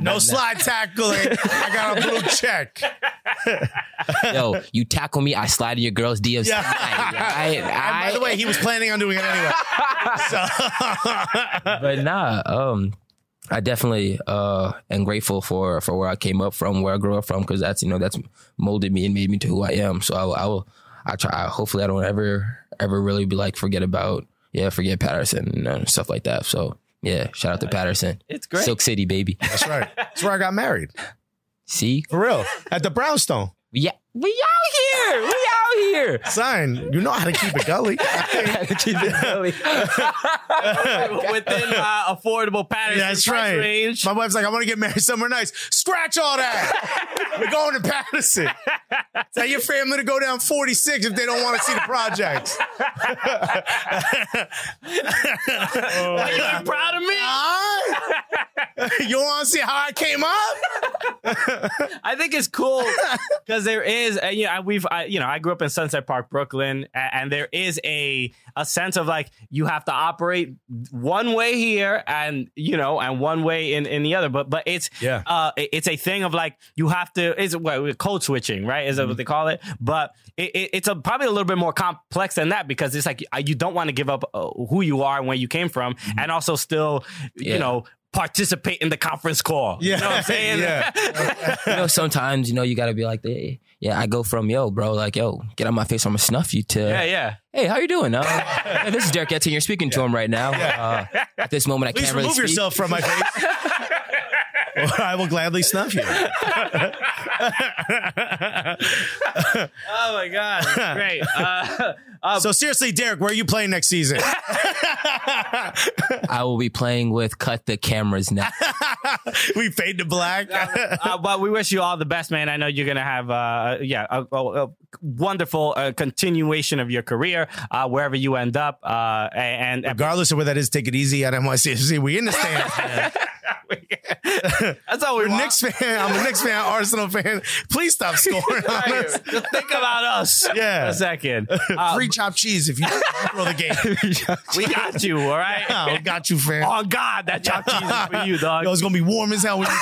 S2: No slide tackling. I got a blue check.
S4: Yo, you tackle me, I slide in your girl's DMs.
S2: Yeah.
S4: I,
S2: And by the way, he was planning on doing it anyway.
S4: but nah, um, I definitely uh am grateful for for where I came up from, where I grew up from, because that's you know that's molded me and made me to who I am. So I will, I will, I try. I, hopefully, I don't ever ever really be like forget about yeah, forget Patterson and uh, stuff like that. So yeah, shout out to Patterson.
S1: It's great.
S4: Silk City, baby.
S2: That's right. That's where I got married.
S4: See,
S2: For real. At the brownstone.
S4: yeah, we out here, we out here.
S2: Sign. You know how to keep it gully.
S1: within uh, affordable Patterson
S2: That's
S1: price
S2: right.
S1: range.
S2: My wife's like, I want to get married somewhere nice. Scratch all that. We're going to Patterson. Tell your family to go down 46 if they don't want to see the projects.
S1: Are you proud of me?
S2: Huh? you want to see how I came up?
S1: I think it's cool because there is, uh, you know, I- we've, I, you know, I grew up in Sunset Park, Brooklyn, a- and there is a a sense of like you have to operate one way here, and you know, and one way in in the other. But but it's
S2: Yeah.
S1: uh, it- it's a thing of like you have to. It's what code switching, right? Is that
S2: Mm-hmm.
S1: what they call it? But it, it, it's a, probably a little bit more complex than that because it's like uh, you don't want to give up uh, who you are and where you came from,
S2: Mm-hmm.
S1: and also still,
S4: Yeah.
S1: you know. Participate in the conference call. You know what I'm saying?
S2: Yeah.
S4: you know, sometimes you know you gotta be like, hey, yeah, I go from yo, bro, like yo, get out my face, I'ma snuff you to,
S1: Yeah, yeah.
S4: hey, how you doing? Uh, hey, this is Derek Etting. You're speaking to him right now. Uh, at this moment, I
S2: Please
S4: can't really
S2: remove
S4: speak.
S2: yourself from my face. Or I will gladly snuff you.
S1: Oh my god, great! Uh,
S2: so seriously, Derek, where are you playing next season?
S4: I will be playing with cut the cameras now.
S2: we fade to black.
S1: uh, but we wish you all the best, man. I know you're gonna have, uh, yeah, a, a, a wonderful uh, continuation of your career uh, wherever you end up. Uh, and, and
S2: Regardless of where that is, take it easy at NYCFC. We in the stands. man.
S1: that's all we're
S2: We're Knicks fan. I'm a Knicks fan, Arsenal fan. Please stop scoring on us.
S1: Just think about us.
S2: Yeah.
S1: a second. Uh,
S2: Free chopped cheese if you throw the game.
S1: we got you. All right.
S2: I got you, fam.
S1: On God, that chopped cheese is for you, dog.
S2: Yo, it's gonna be warm as hell. When you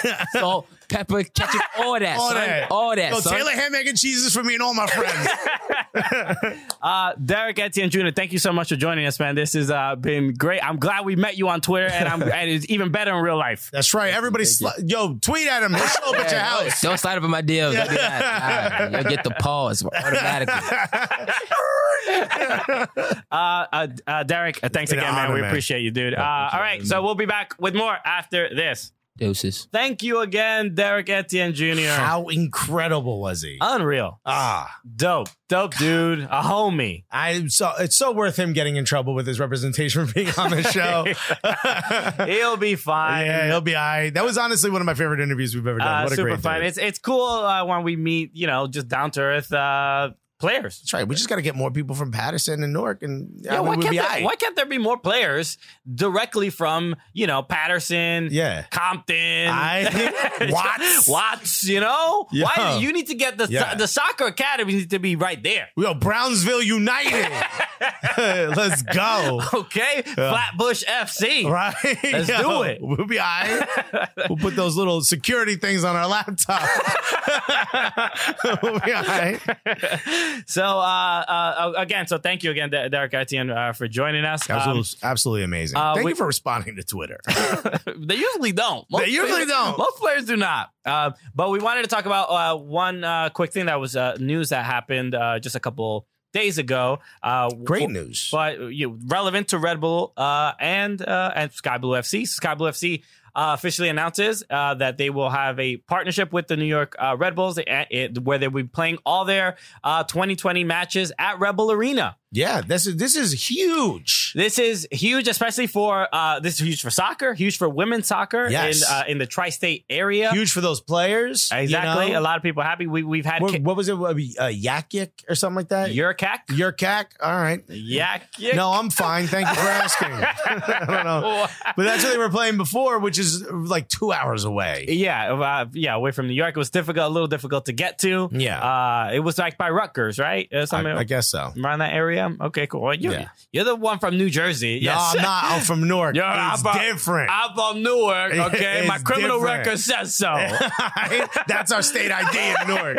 S2: play.
S4: Salt, pepper, ketchup, all that,
S2: all
S4: son.
S2: that,
S4: all that,
S2: Yo,
S4: son.
S2: Taylor ham, egg, and cheese is for me and all my friends.
S1: Uh, Derek Etienne Jr., thank you so much for joining us, man. This has uh, been great. I'm glad we met you on Twitter, and I'm and it's even better in real life.
S2: That's right. Everybody, sli- yo, tweet at him. He'll show up at your house.
S4: Don't slide up in my DMs. Don't do that. Nah, you'll get the pause automatically.
S1: Uh, uh, uh, Derek, uh, thanks
S2: been
S1: again,
S2: an
S1: man.
S2: honor,
S1: we
S2: man.
S1: appreciate you, dude. Uh, all right, so we'll be back with more after this.
S4: Deuces.
S1: Thank you again, Derek Etienne Jr.
S2: How incredible was he?
S1: Unreal,
S2: ah,
S1: dope, dope, dude, a homie.
S2: I so it's so worth him getting in trouble with his representation for being on the show.
S1: He'll be fine.
S2: yeah, he'll be all right. That was honestly one of my favorite interviews we've ever done.
S1: Uh,
S2: what a
S1: super
S2: great
S1: fun.
S2: dude.
S1: It's it's cool uh, when we meet, you know, just down to earth uh, players.
S5: That's right. We just got to get more people from Patterson and Newark, and yeah,
S1: Yeah,
S5: we
S1: why,
S5: would
S1: can't
S5: be
S1: there,
S5: aight.
S1: why can't there be more players directly from, you know, Patterson,
S2: Yeah.
S1: Compton,
S2: I think Watts.
S1: Watts, you know?
S2: Yo.
S1: Why you need to get the
S2: Yeah.
S1: the soccer academy need to be right there.
S2: Yo, Brownsville United. Let's go.
S1: Okay? Flatbush FC.
S2: Right?
S1: Let's
S2: Yo,
S1: do it.
S2: We'll be all right. we'll put those little security things on our laptop. we'll be all right.
S1: So uh, uh again, so thank you again De- Derek Etienne uh, for joining us. Um,
S2: Absolutely, absolutely amazing.
S1: uh,
S2: Thank
S1: we-
S2: you for responding to Twitter.
S1: they usually don't. Most
S2: They usually
S1: players-
S2: don't.
S1: Most players do not. Uh, but we wanted to talk about uh, one uh, quick thing that was uh, news that happened uh, just a couple days ago. Uh,
S5: Great
S1: wh-
S5: news.
S1: But uh, you know, relevant to Red Bull uh, and uh, and Sky Blue FC. Sky Blue FC uh, officially announces uh, that they will have a partnership with the New York uh, Red Bulls, uh, it, where they will be playing all their uh, 2020 matches at Red Bull Arena.
S5: yeah, this is this is huge.
S1: This is huge, especially for uh, this is huge for soccer, huge for women's soccer
S5: Yes.
S1: in uh, in the tri-state area.
S2: Huge for those players. you
S1: exactly,
S2: know?
S1: a lot of people happy. We we've had
S2: What,
S1: Ki-
S2: what was it? What, uh, Yak Yak or something like that?
S1: Yurkak,
S2: Your cack? All right.
S1: Yak, Yak.
S2: No, I'm fine. Thank you for asking. I don't know. But that's what they were playing before, which is like two hours away.
S1: Yeah, uh, yeah, away from New York. It was difficult, a little difficult to get to.
S2: Yeah.
S1: uh, it was like by Rutgers, right? Uh,
S2: I,
S1: something
S2: I guess so.
S1: around that area. Okay, cool. Well, you're,
S2: Yeah.
S1: you're the one from New Jersey.
S2: No,
S1: yes,
S2: I'm not. I'm from Newark.
S1: Yo, how
S2: it's
S1: about-
S2: different.
S1: I'm from Newark. Okay,
S2: It's
S1: my criminal
S2: different.
S1: record says so.
S2: That's our state ID in Newark.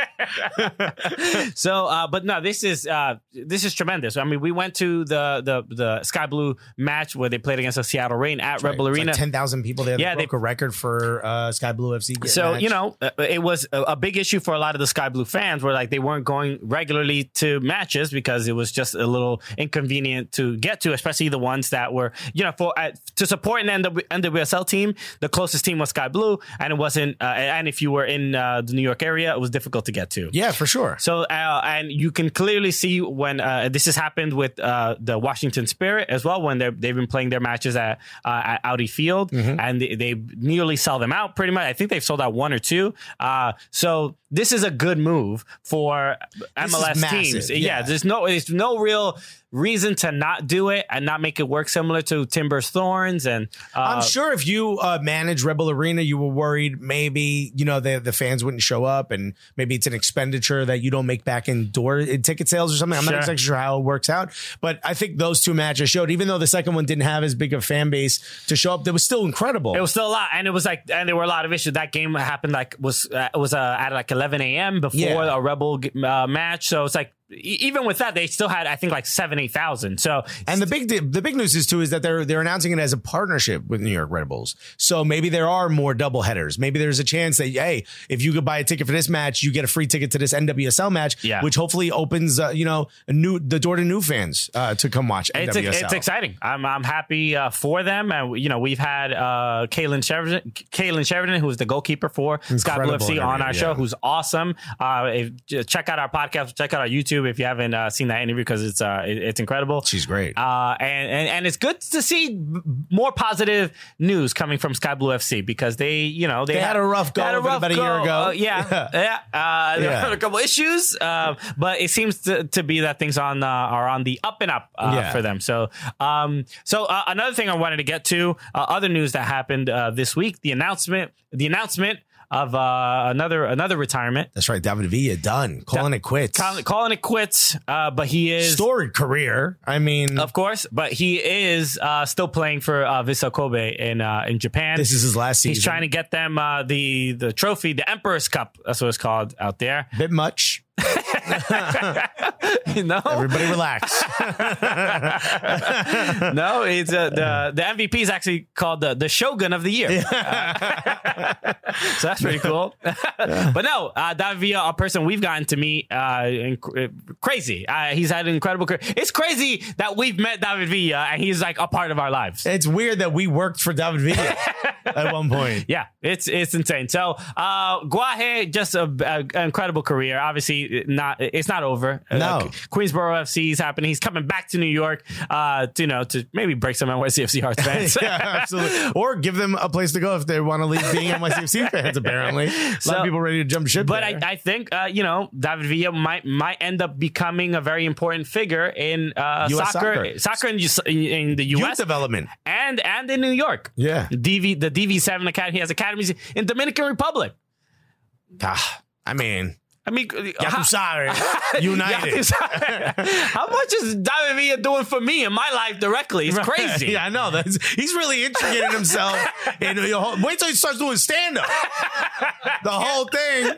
S1: So, uh, but no, this is uh, this is tremendous. I mean, we went to the the the Sky Blue match where they played against the Seattle Rain at Red Bull
S2: It's like
S1: Arena.
S2: 10,000 people there.
S1: Yeah,
S2: Yeah,
S1: they-
S2: they broke a record for uh, Sky Blue FC. game
S1: so
S2: match.
S1: you know, uh, it was a, a big issue for a lot of the Sky Blue fans, where like they weren't going regularly to matches because it was just a little inconvenient to get to, especially the ones that were you know for uh, to support an NW, NWSL team. The closest team was Sky Blue, and it wasn't. Uh, and if you were in uh, the New York area, it was difficult to get to.
S2: Yeah, for sure.
S1: So, uh, and you can clearly see when uh, this has happened with uh, the Washington Spirit as well, when they're, they've been playing their matches at, uh, at Audi Field
S2: Mm-hmm.
S1: and they, they nearly sell them out pretty much. I think they've sold out one or two. Uh, so, this is a good move for
S2: is
S1: MLS teams.
S2: massive,
S1: Yeah.
S2: yeah.
S1: there's no there's no real reason to not do it and not make it work similar to Timbers Thorns and uh,
S2: I'm sure if you uh, manage Rebel Arena, you were worried maybe you know the the fans wouldn't show up, and maybe it's an expenditure that you don't make back in door in ticket sales or something. I'm
S1: Sure.
S2: not exactly sure how it works out, but I think those two matches showed. Even though the second one didn't have as big a fan base to show up, that was still incredible.
S1: It was still a lot, and it was like, and there were a lot of issues. That game happened like was uh, was uh, at like 11 a.m. before
S2: Yeah.
S1: a rebel uh, match, so it's like e- even with that, they still had I think like seven eight thousand. So
S2: And the big the big news is too is that they're they're announcing it as a partnership with New York Red Bulls. So maybe there are more double headers. Maybe there's a chance that hey, if you could buy a ticket for this match, you get a free ticket to this NWSL match,
S1: Yeah.
S2: which hopefully opens uh, you know a new the door to new fans uh, to come watch
S1: it's
S2: NWSL.
S1: it's exciting. I'm I'm happy uh, for them, and you know we've had uh, Kaylin Sheridan, Kaylin Sheridan, who is the goalkeeper for Scott Blue
S2: Incredible
S1: FC, on
S2: interview,
S1: our
S2: yeah.
S1: show, who's awesome. Uh, if, j- check out our podcast, check out our YouTube if you haven't uh, seen that interview because it's uh, it- it's incredible.
S2: She's great.
S1: uh, and, and and it's good to see m- more positive news coming from Sky Blue FC because they, you know, they,
S2: They had a rough
S1: they
S2: go of it about a year ago.
S1: Uh, yeah, yeah. Uh, there
S2: Yeah.
S1: were a couple issues, um, but it seems to, to be that things on uh, are on the up and up uh,
S2: Yeah.
S1: for them. So, um, so uh, another thing I wanted to get to uh, other news that happened uh, this week: the announcement, the announcement of uh, another another retirement.
S2: That's right, David Villa done calling it quits.
S1: Calling, calling it quits, uh, but he is
S2: Storied career. I mean,
S1: of course, but he is uh, still playing for uh, Vissel Kobe in uh, in Japan.
S2: this is his last season.
S1: He's trying to get them uh, the the trophy, the Emperor's Cup. That's what it's called out there.
S2: bit much.
S1: You know,
S2: Everybody relax.
S1: no, it's uh, the the MVP is actually called the the Shogun of the Year. Uh, so that's pretty cool. but no, uh, Davia, a person we've gotten to meet, uh, inc- uh, crazy. Uh, he's had an incredible career. It's crazy that we've met David Villa and he's like a part of our lives.
S2: it's weird that we worked for David Villa at one point.
S1: Yeah, it's it's insane. So, uh, Guaje, just a, a- an incredible career. Obviously, not not it's not over. Uh,
S2: No.
S1: Qu- Queensboro FC is happening. He's coming back to New York, uh, to, you know, to maybe break some NYCFC hearts fans.
S2: yeah, absolutely. Or give them a place to go if they want to leave being NYCFC fans. Apparently, a lot
S1: So-
S2: of people ready to jump ship.
S1: But
S2: there.
S1: I, I think uh, you know David Villa might might end up becoming a very important figure in uh,
S2: US
S1: soccer, soccer
S2: soccer.
S1: in, in the
S2: youth
S1: U.S.
S2: development.
S1: and and in New York.
S2: Yeah.
S1: The DV the DV seven academy has academies in Dominican Republic.
S2: Ah, I mean,
S1: I mean,
S2: I'm
S1: how,
S2: sorry.
S1: Yeah,
S2: United.
S1: sorry. how much is David Villa doing for me in my life directly? It's crazy.
S2: Yeah, I know. That's, he's really intricating himself. in the whole- wait till he starts doing stand up. The whole thing.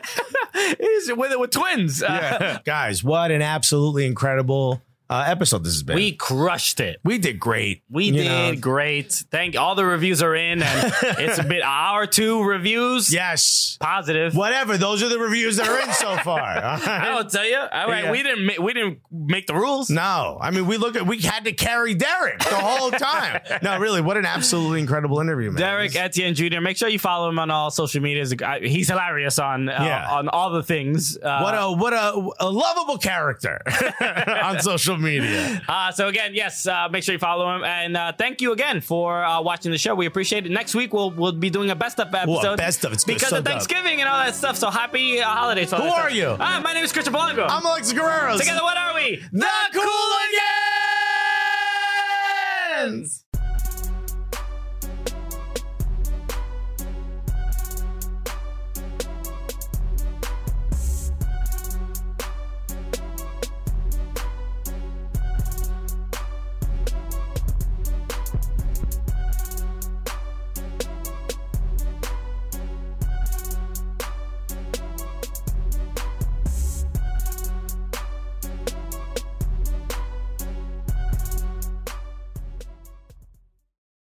S1: He's with with twins. Uh,
S2: Guys, what an absolutely incredible uh, episode this has been.
S1: We crushed it.
S2: we did great.
S1: We
S2: you
S1: did
S2: know.
S1: great. Thank all the reviews are in, and it's a bit our two reviews.
S2: Yes.
S1: positive.
S2: Whatever. Those are the reviews that are in so far. All right.
S1: I don't tell you. All right,
S2: Yeah.
S1: we didn't ma- we didn't make the rules.
S2: No, I mean we look at we had to carry Derek the whole time. no, really, what an absolutely incredible interview, man.
S1: Derek Etienne Jr. Make sure you follow him on all social medias. I- He's hilarious on uh,
S2: Yeah.
S1: on all the things. Uh,
S2: What a what a, a lovable character on social media.
S1: uh, so again, yes, uh, make sure you follow him, and uh, thank you again for uh, watching the show. We appreciate it. Next week we'll we'll be doing a best of episode.
S2: best of. It's gonna
S1: because
S2: suck
S1: of
S2: up.
S1: Thanksgiving and all that stuff. So happy uh, holidays!
S2: Who are you?
S1: Uh, my name is Christian Blanco.
S2: I'm Alex Guerrero.
S1: Together, what are we?
S2: the Cooligans.